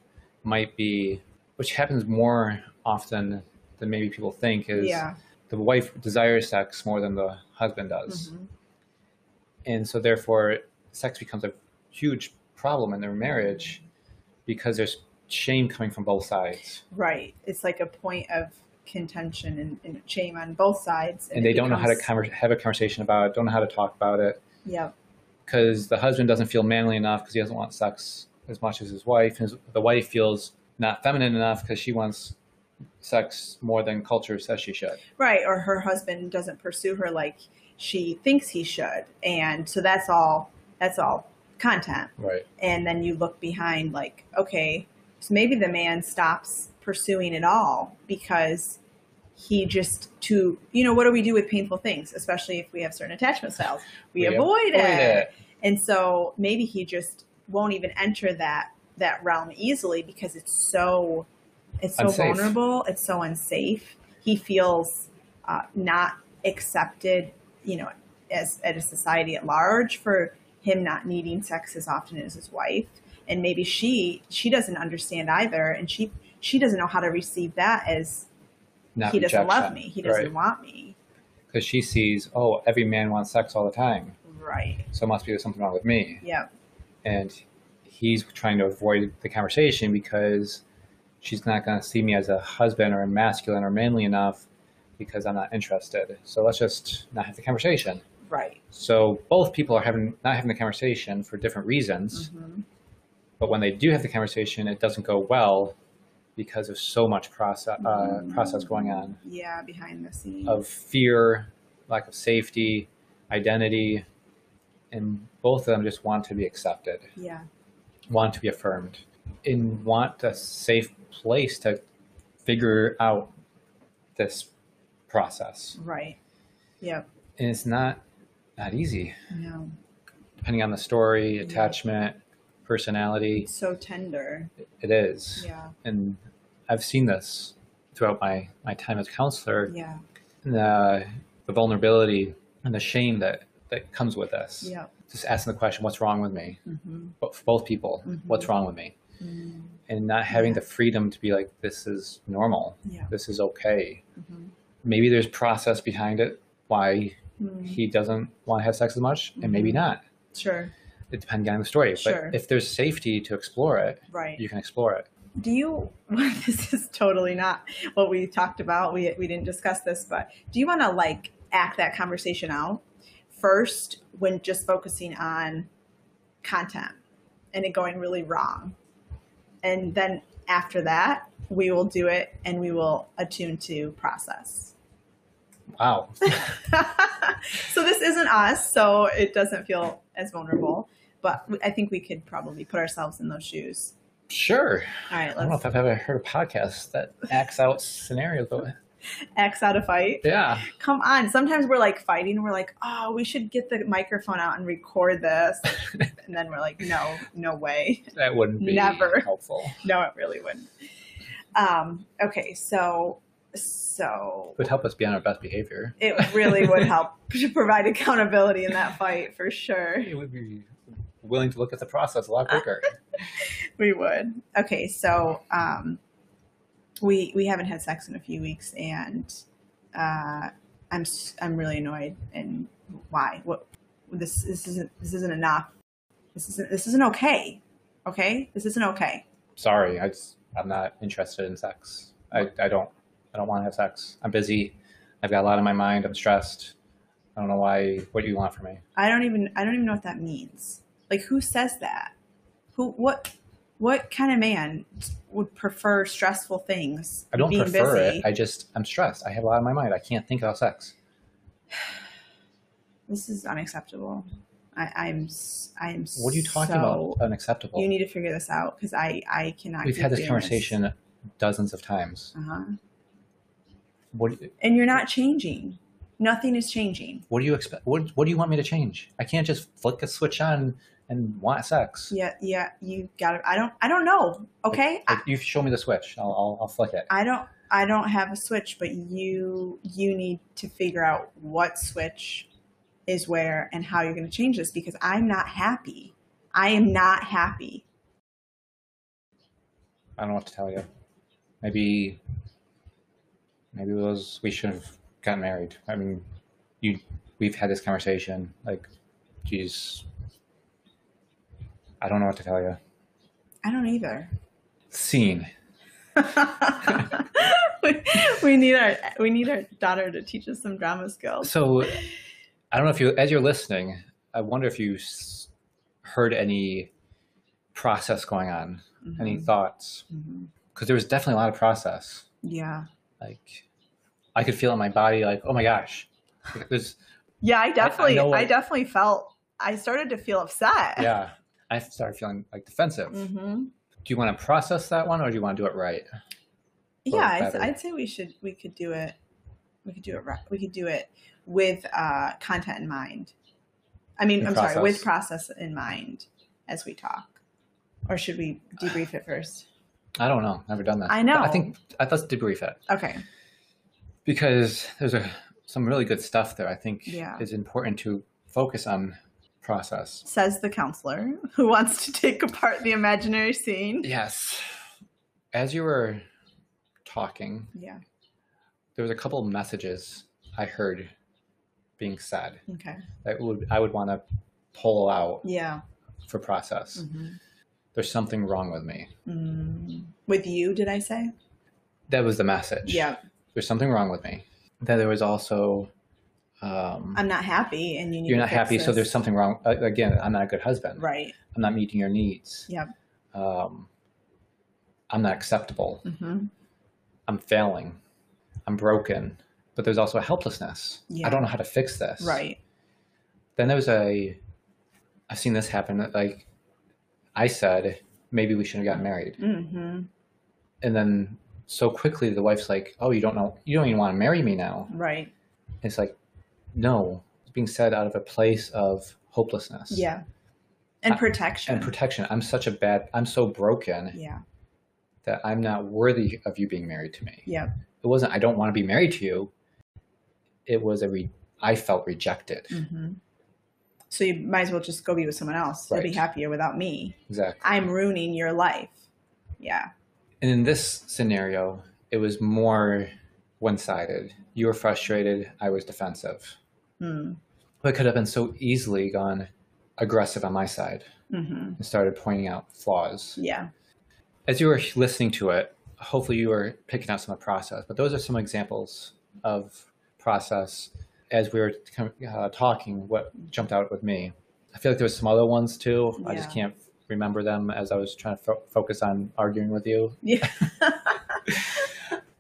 Speaker 2: might be, which happens more often than maybe people think, is
Speaker 1: Yeah.
Speaker 2: the wife desires sex more than the husband does.
Speaker 1: Mhm.
Speaker 2: And so, therefore, sex becomes a huge problem in their marriage because there's shame coming from both sides.
Speaker 1: Right. It's like a point of contention and, and shame on both sides.
Speaker 2: And they
Speaker 1: it
Speaker 2: don't know how to
Speaker 1: becomes-
Speaker 2: conver- have a conversation about it, don't know how to talk about it.
Speaker 1: Yeah.
Speaker 2: because the husband doesn't feel manly enough because he doesn't want sex as much as his wife. His, the wife feels not feminine enough because she wants sex more than culture says she should.
Speaker 1: Right, or her husband doesn't pursue her like she thinks he should. And so that's all that's all content.
Speaker 2: Right.
Speaker 1: And then you look behind like, okay, so maybe the man stops pursuing it all because he just to you know, what do we do with painful things, especially if we have certain attachment styles? We, avoid, it. And so maybe he just won't even enter that that realm easily because it's so it's so
Speaker 2: Unsafe.
Speaker 1: vulnerable, it's so unsafe. He feels uh, not accepted, you know, as at a society at large for him not needing sex as often as his wife, and maybe she she doesn't understand either, and she she doesn't know how to receive that as
Speaker 2: Not
Speaker 1: he doesn't love me, he doesn't want me,
Speaker 2: Because she sees, oh, every man wants sex all the time,
Speaker 1: right?
Speaker 2: so it must be there's something wrong with me.
Speaker 1: Yeah,
Speaker 2: And he's trying to avoid the conversation because she's not going to see me as a husband or masculine or manly enough because I'm not interested. So let's just not have the conversation.
Speaker 1: right.
Speaker 2: So both people are having not having the conversation for different reasons,
Speaker 1: Mhm.
Speaker 2: but when they do have the conversation, it doesn't go well because of so much process uh, process going on
Speaker 1: Yeah, behind the scenes.
Speaker 2: of fear, lack of safety, identity, and both of them just want to be accepted,
Speaker 1: yeah.
Speaker 2: want to be affirmed, and want a safe place to figure out this process.
Speaker 1: Right. Yep.
Speaker 2: And it's not not easy.
Speaker 1: No.
Speaker 2: depending on the story,
Speaker 1: Yeah.
Speaker 2: attachment, personality,
Speaker 1: It's so tender.
Speaker 2: it is.
Speaker 1: Yeah.
Speaker 2: And I've seen this throughout my, my time as a counselor,
Speaker 1: Yeah.
Speaker 2: the, the vulnerability and the shame that, that comes with this.
Speaker 1: Yep.
Speaker 2: Just asking the question, what's wrong with me?
Speaker 1: Mm-hmm.
Speaker 2: But for both people,
Speaker 1: Mhm.
Speaker 2: what's wrong with me?
Speaker 1: mm
Speaker 2: And not having
Speaker 1: Yeah.
Speaker 2: the freedom to be like, this is normal,
Speaker 1: Yeah.
Speaker 2: this is okay.
Speaker 1: Mm-hmm.
Speaker 2: Maybe there's process behind it, why
Speaker 1: mm
Speaker 2: he doesn't want to have sex as much, and maybe
Speaker 1: Mhm.
Speaker 2: not.
Speaker 1: Sure.
Speaker 2: It depends on the story.
Speaker 1: Sure.
Speaker 2: But if there's safety to explore it,
Speaker 1: Right.
Speaker 2: you can explore it.
Speaker 1: Do you? This is totally not what we talked about. We we didn't discuss this, but do you want to like act that conversation out first when just focusing on content and it going really wrong, and then after that we will do it and we will attune to process.
Speaker 2: Wow.
Speaker 1: so this isn't us, so it doesn't feel as vulnerable. But I think we could probably put ourselves in those shoes.
Speaker 2: Sure.
Speaker 1: All right,
Speaker 2: I don't know
Speaker 1: let's
Speaker 2: if I've ever heard a podcast that acts out scenarios, but
Speaker 1: X out a fight.
Speaker 2: yeah.
Speaker 1: Come on. Sometimes we're like fighting. and We're like, oh, we should get the microphone out and record this. and then we're like, no, no way.
Speaker 2: That wouldn't be
Speaker 1: Never.
Speaker 2: helpful.
Speaker 1: No, it really wouldn't. Um, okay, so s- So
Speaker 2: It would help us be on our best behavior.
Speaker 1: it really would help to provide accountability in that fight for sure.
Speaker 2: It would be willing to look at the process a lot quicker.
Speaker 1: We would. Okay, so um, we we haven't had sex in a few weeks, and uh, I'm s- I'm really annoyed. And why? What? This this isn't this isn't enough. This isn't this isn't okay. Okay, this isn't okay.
Speaker 2: Sorry, I just, I'm not interested in sex. I, I don't I don't want to have sex. I'm busy. I've got a lot on my mind. I'm stressed. I don't know why. What do you want from me?
Speaker 1: I don't even I don't even know what that means. Like who says that? Who what what kind of man would prefer stressful things?
Speaker 2: I don't
Speaker 1: being
Speaker 2: prefer
Speaker 1: busy?
Speaker 2: it. I just I'm stressed. I have a lot on my mind. I can't think about sex.
Speaker 1: this is unacceptable. I, I'm s- I'm.
Speaker 2: What are you talking
Speaker 1: so-
Speaker 2: about? Unacceptable.
Speaker 1: You need to figure this out because I I cannot.
Speaker 2: Oh. We've
Speaker 1: keep
Speaker 2: had this
Speaker 1: doing
Speaker 2: conversation dozens of times.
Speaker 1: Uh-huh.
Speaker 2: What
Speaker 1: And you're not changing. Nothing is changing.
Speaker 2: what do you expect? What what do you want me to change? I can't just flick a switch on and want sex.
Speaker 1: Yeah, yeah. You got to I don't. I don't know. Okay. I,
Speaker 2: Like, you show me the switch. I'll, I'll I'll flick it.
Speaker 1: I don't. I don't have a switch, but you you need to figure out what switch is where and how you're going to change this because I'm not happy. I am not happy.
Speaker 2: I don't know what to tell you. Maybe maybe it was we should have gotten married. I mean, you we've had this conversation. Like, geez, I don't know what to tell you.
Speaker 1: I don't either.
Speaker 2: Scene.
Speaker 1: we, we need our we need our daughter to teach us some drama skills.
Speaker 2: So, I don't know if you, as you're listening, I wonder if you s- heard any process going on,
Speaker 1: Mm-hmm.
Speaker 2: any thoughts,
Speaker 1: Mhm.
Speaker 2: because there was definitely a lot of process.
Speaker 1: Yeah.
Speaker 2: Like, I could feel it in my body, like, oh my gosh, there's,
Speaker 1: Yeah, I definitely I,
Speaker 2: know what-
Speaker 1: definitely felt I started to feel upset.
Speaker 2: yeah, I started feeling like defensive.
Speaker 1: hmm
Speaker 2: Do you want to process that one, or do you want to do it right?
Speaker 1: Yeah, I'd,
Speaker 2: better.
Speaker 1: I'd say we should we could do it we could do it right we could do it with uh content in mind. I mean,
Speaker 2: And
Speaker 1: I'm sorry, with process in mind as we talk. Or should we debrief it first?
Speaker 2: I don't know. Never done that.
Speaker 1: I
Speaker 2: But
Speaker 1: know.
Speaker 2: I think I let's debrief it
Speaker 1: Okay.
Speaker 2: because there's a, some really good stuff there. I think
Speaker 1: Yeah.
Speaker 2: it's important to focus on process.
Speaker 1: Says the counselor who wants to take apart the imaginary scene.
Speaker 2: Yes. As you were talking,
Speaker 1: Yeah.
Speaker 2: there was a couple of messages I heard being said
Speaker 1: Okay.
Speaker 2: that would I would want to pull out
Speaker 1: Yeah.
Speaker 2: for process.
Speaker 1: Mhm.
Speaker 2: There's something wrong with me.
Speaker 1: Mm. With you, did I say?
Speaker 2: That was the message.
Speaker 1: Yeah.
Speaker 2: There's something wrong with me. Then there was also um,
Speaker 1: I'm not happy, and you need
Speaker 2: you're
Speaker 1: to
Speaker 2: not
Speaker 1: fix
Speaker 2: happy, so
Speaker 1: this.
Speaker 2: there's something wrong. a- Again, I'm not a good husband.
Speaker 1: right.
Speaker 2: I'm not meeting your needs.
Speaker 1: Yep.
Speaker 2: Um, I'm not acceptable.
Speaker 1: Mm-hmm.
Speaker 2: I'm failing. I'm broken. But there's also a helplessness.
Speaker 1: Yeah.
Speaker 2: I don't know how to fix this.
Speaker 1: Right.
Speaker 2: Then there's a, I've seen this happen. Like, I said, maybe we shouldn't have gotten married.
Speaker 1: Mm-hmm.
Speaker 2: And then so quickly the wife's like, oh, you don't know, you don't even want to marry me now.
Speaker 1: Right.
Speaker 2: It's like, no, it's being said out of a place of hopelessness.
Speaker 1: Yeah. And
Speaker 2: I-
Speaker 1: protection.
Speaker 2: Uh, And protection. I'm such a bad, I'm so broken
Speaker 1: yeah.
Speaker 2: that I'm not worthy of you being married to me.
Speaker 1: Yeah.
Speaker 2: It wasn't, I don't want to be married to you. It was a, re- I felt rejected.
Speaker 1: Mm-hmm. So you might as well just go be with someone else. You'll be
Speaker 2: Right.
Speaker 1: happier without me.
Speaker 2: Exactly.
Speaker 1: I'm ruining your life. Yeah.
Speaker 2: And in this scenario, it was more one sided. You were frustrated, I was defensive.
Speaker 1: Mm.
Speaker 2: But it could have been so easily gone aggressive on my side
Speaker 1: Mm-hmm.
Speaker 2: and started pointing out flaws.
Speaker 1: Yeah.
Speaker 2: As you were listening to it, hopefully you were picking out some of the process, but those are some examples of process. As we were uh, talking, what jumped out with me, I feel like there was some other ones too. I just
Speaker 1: Yeah.
Speaker 2: can't remember them as I was trying to fo- focus on arguing with you.
Speaker 1: Yeah.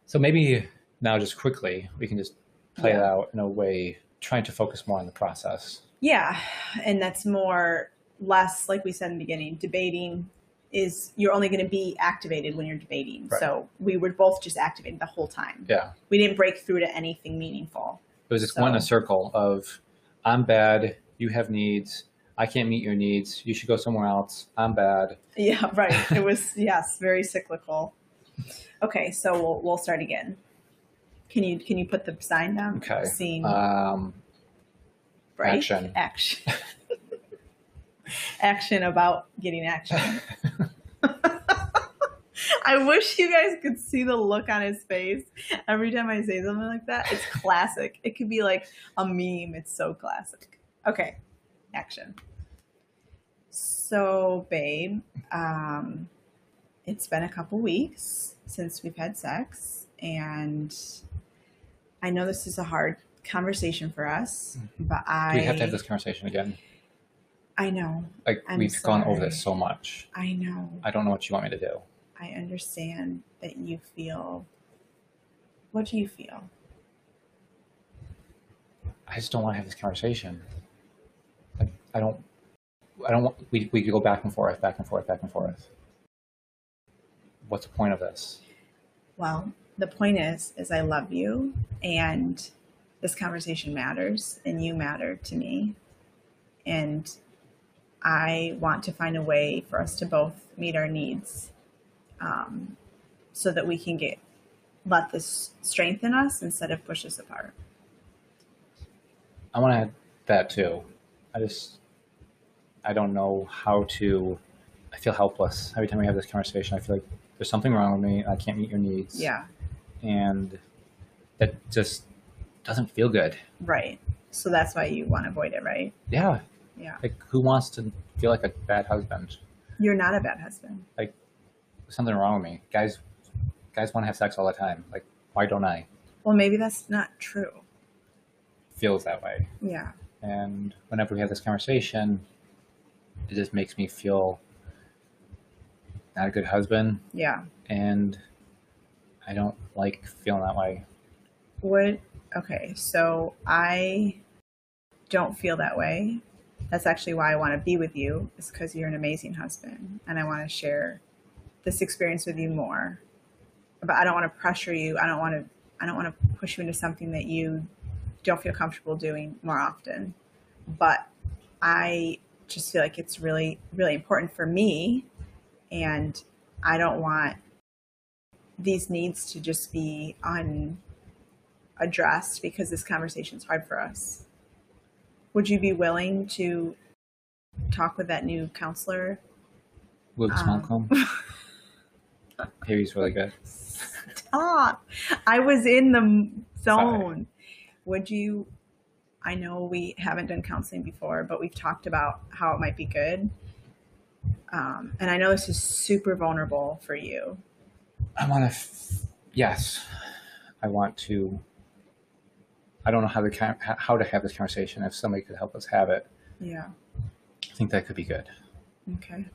Speaker 2: So maybe now, just quickly, we can just play it
Speaker 1: Yeah.
Speaker 2: out in a way trying to focus more on the process.
Speaker 1: Yeah, and that's more less like we said in the beginning. Debating is you're only going to be activated when you're debating.
Speaker 2: Right.
Speaker 1: So we were both just activated the whole time.
Speaker 2: Yeah,
Speaker 1: We didn't break through to anything meaningful.
Speaker 2: it was just going in a
Speaker 1: So-
Speaker 2: circle of I'm bad, you have needs, I can't meet your needs, you should go somewhere else, I'm bad.
Speaker 1: Yeah, right. it was yes, very cyclical. Okay, so we'll we'll start again. Can you can you put the sign down?
Speaker 2: Okay.
Speaker 1: Scene.
Speaker 2: Um,
Speaker 1: break?
Speaker 2: action.
Speaker 1: Action. action about getting action. I wish you guys could see the look on his face every time I say something like that. It's classic. It could be like a meme. It's so classic. Okay, action. So, babe, um, it's been a couple weeks since we've had sex, and I know this is a hard conversation for us, but I
Speaker 2: Mm-hmm. we have to have this conversation again.
Speaker 1: I know,
Speaker 2: Like
Speaker 1: I'm
Speaker 2: we've gone over
Speaker 1: sorry.
Speaker 2: this so much.
Speaker 1: I know.
Speaker 2: I don't know what you want me to do.
Speaker 1: I understand that you feel. What do you feel?
Speaker 2: I just don't want to have this conversation. I, I don't. I don't want. We we could go back and forth, back and forth, back and forth. What's the point of this?
Speaker 1: Well, the point is, is I love you, and this conversation matters, and you matter to me, and I want to find a way for us to both meet our needs, um, so that we can get let this strengthen us instead of push us apart.
Speaker 2: I want to add that too. I just. I don't know how to. I feel helpless every time we have this conversation. I feel like there's something wrong with me. I can't meet your needs.
Speaker 1: Yeah,
Speaker 2: And that just doesn't feel good.
Speaker 1: right. So that's why you want to avoid it, right?
Speaker 2: Yeah.
Speaker 1: Yeah.
Speaker 2: Like who wants to feel like a bad husband?
Speaker 1: You're not a bad husband.
Speaker 2: There's something wrong with me. Guys guys want to have sex all the time. Like why don't I?
Speaker 1: Well, maybe that's not true.
Speaker 2: Feels that way.
Speaker 1: Yeah.
Speaker 2: And whenever we have this conversation, it just makes me feel not a good husband
Speaker 1: Yeah.
Speaker 2: and I don't like feeling that way.
Speaker 1: What? Okay, so I don't feel that way. That's actually why I want to be with you, is because you're an amazing husband, and I want to share this experience with you more. But I don't want to pressure you. I don't want to. I don't want to push you into something that you don't feel comfortable doing more often. But I just feel like it's really, really important for me, and I don't want these needs to just be un addressed because this conversation's hard for us. Would you be willing to talk with that new counselor?
Speaker 2: Lucas
Speaker 1: Um.
Speaker 2: Malcolm. Here he's really good.
Speaker 1: Stop! Ah, I was in the m- zone. Would you? I know we haven't done counseling before, but we've talked about how it might be good. Um, and I know this is super vulnerable for you.
Speaker 2: I want to. F- yes, I want to. I don't know how to con- how to have this conversation. If somebody could help us have it,
Speaker 1: Yeah.
Speaker 2: I think that could be good.
Speaker 1: Okay.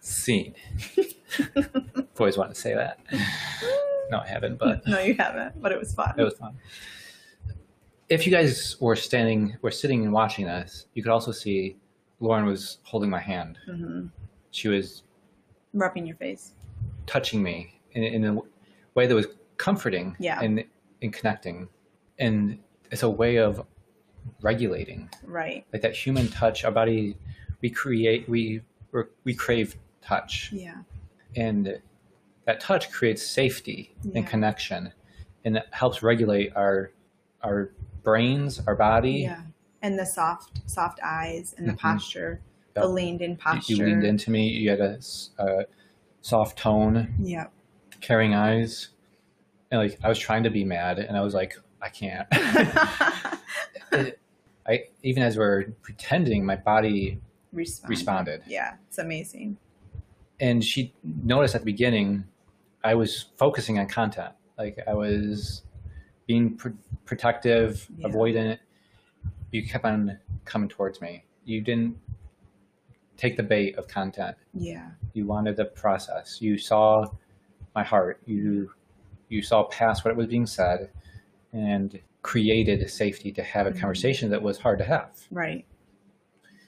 Speaker 2: Scene. I've always wanted to say that. No, I haven't, but
Speaker 1: no, you haven't. But it was fun.
Speaker 2: it was fun. If you guys were standing, were sitting and watching this, you could also see Lauren was holding my hand.
Speaker 1: hmm
Speaker 2: She was
Speaker 1: Rubbing your face.
Speaker 2: touching me in, in a way that was comforting
Speaker 1: Yeah.
Speaker 2: and, and connecting. And it's a way of regulating,
Speaker 1: Right.
Speaker 2: like that human touch. Our body, we create, we we're, we crave touch,
Speaker 1: Yeah.
Speaker 2: and that touch creates safety
Speaker 1: Yeah.
Speaker 2: and connection, and it helps regulate our our brains, our body.
Speaker 1: Yeah. And the soft, soft eyes and the
Speaker 2: Mhm.
Speaker 1: posture,
Speaker 2: Yep.
Speaker 1: the leaned in
Speaker 2: You-
Speaker 1: posture.
Speaker 2: You, leaned into me. You had a, s- a soft tone,
Speaker 1: Yeah.
Speaker 2: caring eyes, and like I was trying to be mad, and I was like, I can't. I even as we're pretending, my body
Speaker 1: Respond.
Speaker 2: responded,
Speaker 1: Yeah. It's amazing.
Speaker 2: and she noticed at the beginning, I was focusing on content, like I was being pr- protective,
Speaker 1: Yeah.
Speaker 2: avoidant. You kept on coming towards me. You didn't take the bait of content.
Speaker 1: Yeah.
Speaker 2: You wanted the process. You saw my heart. You you saw past what was being said, and created safety to have a
Speaker 1: Mhm.
Speaker 2: conversation that was hard to have.
Speaker 1: Right.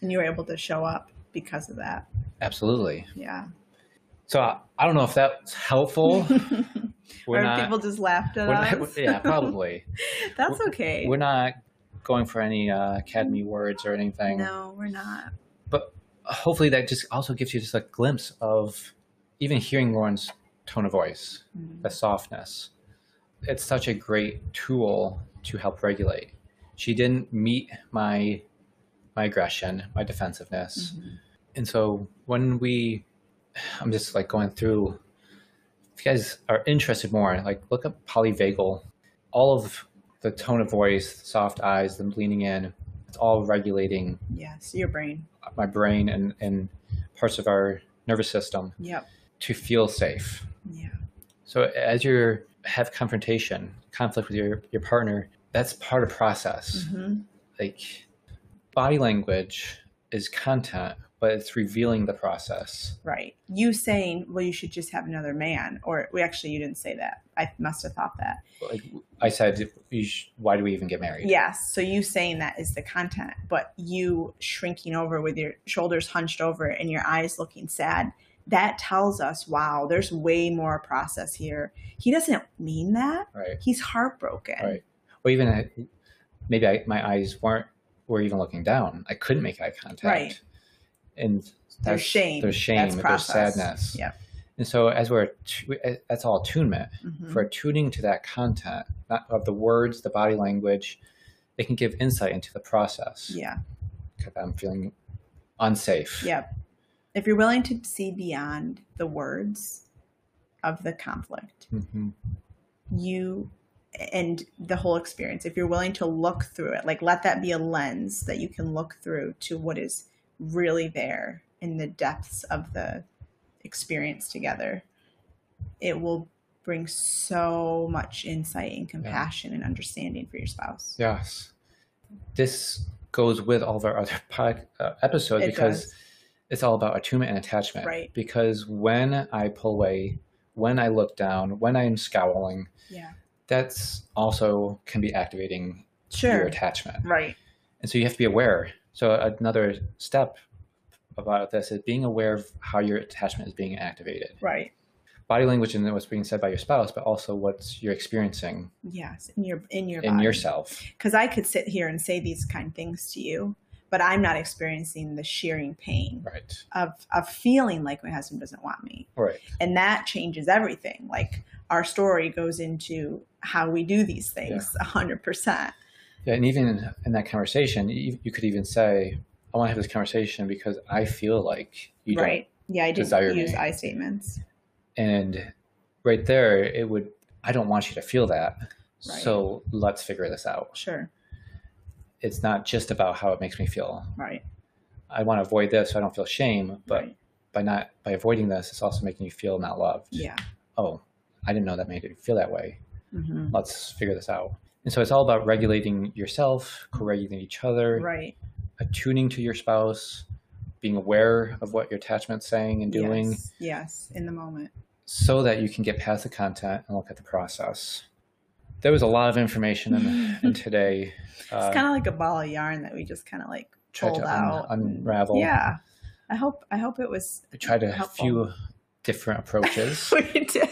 Speaker 1: And you were able to show up because of that.
Speaker 2: Absolutely.
Speaker 1: Yeah.
Speaker 2: So I, I don't know if that's helpful. We're
Speaker 1: Or
Speaker 2: not.
Speaker 1: people just laughed at
Speaker 2: we're
Speaker 1: us.
Speaker 2: not- yeah, probably.
Speaker 1: That's okay.
Speaker 2: We're not going for any uh, academy words or anything.
Speaker 1: no, we're not.
Speaker 2: Hopefully, that just also gives you just a glimpse of even hearing Lauren's tone of voice,
Speaker 1: Mhm.
Speaker 2: the softness. it's such a great tool to help regulate. She didn't meet my my aggression, my defensiveness.
Speaker 1: Mhm.
Speaker 2: And so when we I'm just like going through if you guys are interested more, like look up polyvagal. All of the tone of voice, soft eyes, them leaning in, it's all regulating
Speaker 1: Yes, your brain.
Speaker 2: my brain and, and parts of our nervous system
Speaker 1: Yep.
Speaker 2: to feel safe.
Speaker 1: Yeah.
Speaker 2: So as you have confrontation, conflict with your, your partner, that's part of process.
Speaker 1: Mm-hmm.
Speaker 2: Like body language is content, but it's revealing the process.
Speaker 1: Right. You saying, well, you should just have another man, or we actually, you didn't say that. I must have thought that.
Speaker 2: Like I said, you sh- why do we even get married?
Speaker 1: Yes. So you saying that is the content, but you shrinking over with your shoulders hunched over and your eyes looking sad, that tells us, wow, there's way more process here. He doesn't mean that.
Speaker 2: Right.
Speaker 1: He's heartbroken.
Speaker 2: Right. Or even I, maybe I, my eyes weren't were even looking down. I couldn't make eye contact.
Speaker 1: Right.
Speaker 2: And
Speaker 1: There's
Speaker 2: that's-
Speaker 1: shame.
Speaker 2: There's shame.
Speaker 1: That's
Speaker 2: There's
Speaker 1: process.
Speaker 2: sadness.
Speaker 1: Yep.
Speaker 2: And so as we're tu- that's all attunement.
Speaker 1: Mhm.
Speaker 2: for attuning to that content not of the words the body language they can give insight into the process
Speaker 1: Yeah.
Speaker 2: If i'm feeling unsafe
Speaker 1: Yep. If you're willing to see beyond the words of the conflict,
Speaker 2: Mhm.
Speaker 1: you and the whole experience, if you're willing to look through it, like let that be a lens that you can look through to what is really there in the depths of the experience together, it will bring so much insight and compassion and understanding for your spouse.
Speaker 2: yes this goes with all of our other pod, uh, episodes
Speaker 1: It
Speaker 2: because
Speaker 1: does.
Speaker 2: it's all about attunement and attachment
Speaker 1: Right.
Speaker 2: because when i pull away when i look down when i'm scowling
Speaker 1: Yeah.
Speaker 2: that's also can be activating your
Speaker 1: Sure.
Speaker 2: attachment
Speaker 1: Right.
Speaker 2: And so you have to be aware. So another step about this is being aware of how your attachment is being activated.
Speaker 1: Right.
Speaker 2: Body language and what's being said by your spouse, but also what's you're experiencing
Speaker 1: Yes. In your in your
Speaker 2: in
Speaker 1: body.
Speaker 2: yourself.
Speaker 1: because I could sit here and say these kind things to you, but I'm not experiencing the shearing pain
Speaker 2: Right.
Speaker 1: of of feeling like my husband doesn't want me,
Speaker 2: Right.
Speaker 1: and that changes everything. Like our story goes into how we do these things, hundred percent.
Speaker 2: Yeah, and even in that conversation, you, you could even say, "I want to have this conversation because I feel like you don't."
Speaker 1: Right? Yeah, I
Speaker 2: desire
Speaker 1: didn't use
Speaker 2: me.
Speaker 1: I statements.
Speaker 2: And right there, it would. I don't want you to feel that.
Speaker 1: Right.
Speaker 2: So let's figure this out.
Speaker 1: Sure.
Speaker 2: It's not just about how it makes me feel.
Speaker 1: Right.
Speaker 2: I want to avoid this so I don't feel shame, but
Speaker 1: right.
Speaker 2: by not by avoiding this, it's also making you feel not loved.
Speaker 1: Yeah.
Speaker 2: Oh, I didn't know that made you feel that way.
Speaker 1: hmm
Speaker 2: Let's figure this out. And so it's all about regulating yourself, co-regulating each other,
Speaker 1: Right.
Speaker 2: attuning to your spouse, being aware of what your attachment's saying and doing,
Speaker 1: Yes. yes. In the moment.
Speaker 2: so that you can get past the content and look at the process. There was a lot of information in, in today. Uh,
Speaker 1: it's kind of like a ball of yarn that we just kind of like
Speaker 2: tried
Speaker 1: pulled
Speaker 2: to un-
Speaker 1: out. and-
Speaker 2: unravel.
Speaker 1: Yeah. I hope. I hope it was
Speaker 2: We tried a
Speaker 1: helpful.
Speaker 2: few different approaches.
Speaker 1: we did.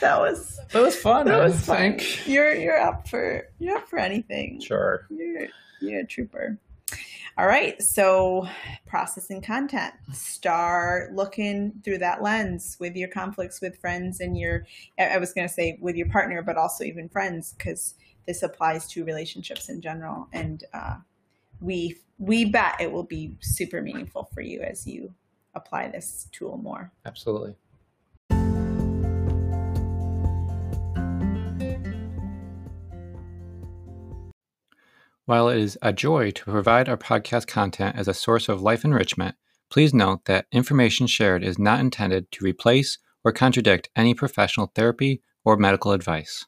Speaker 1: That was
Speaker 2: It was fun.
Speaker 1: that
Speaker 2: I
Speaker 1: was fun.
Speaker 2: think.
Speaker 1: You're you're up for you're up for anything.
Speaker 2: Sure.
Speaker 1: You're you're a trooper. All right, so processing content. Start looking through that lens with your conflicts with friends and your. I I was going to say with your partner, but also even friends, because this applies to relationships in general. And uh, we we bet it will be super meaningful for you as you apply this tool more.
Speaker 2: Absolutely. While it is a joy to provide our podcast content as a source of life enrichment, please note that information shared is not intended to replace or contradict any professional therapy or medical advice.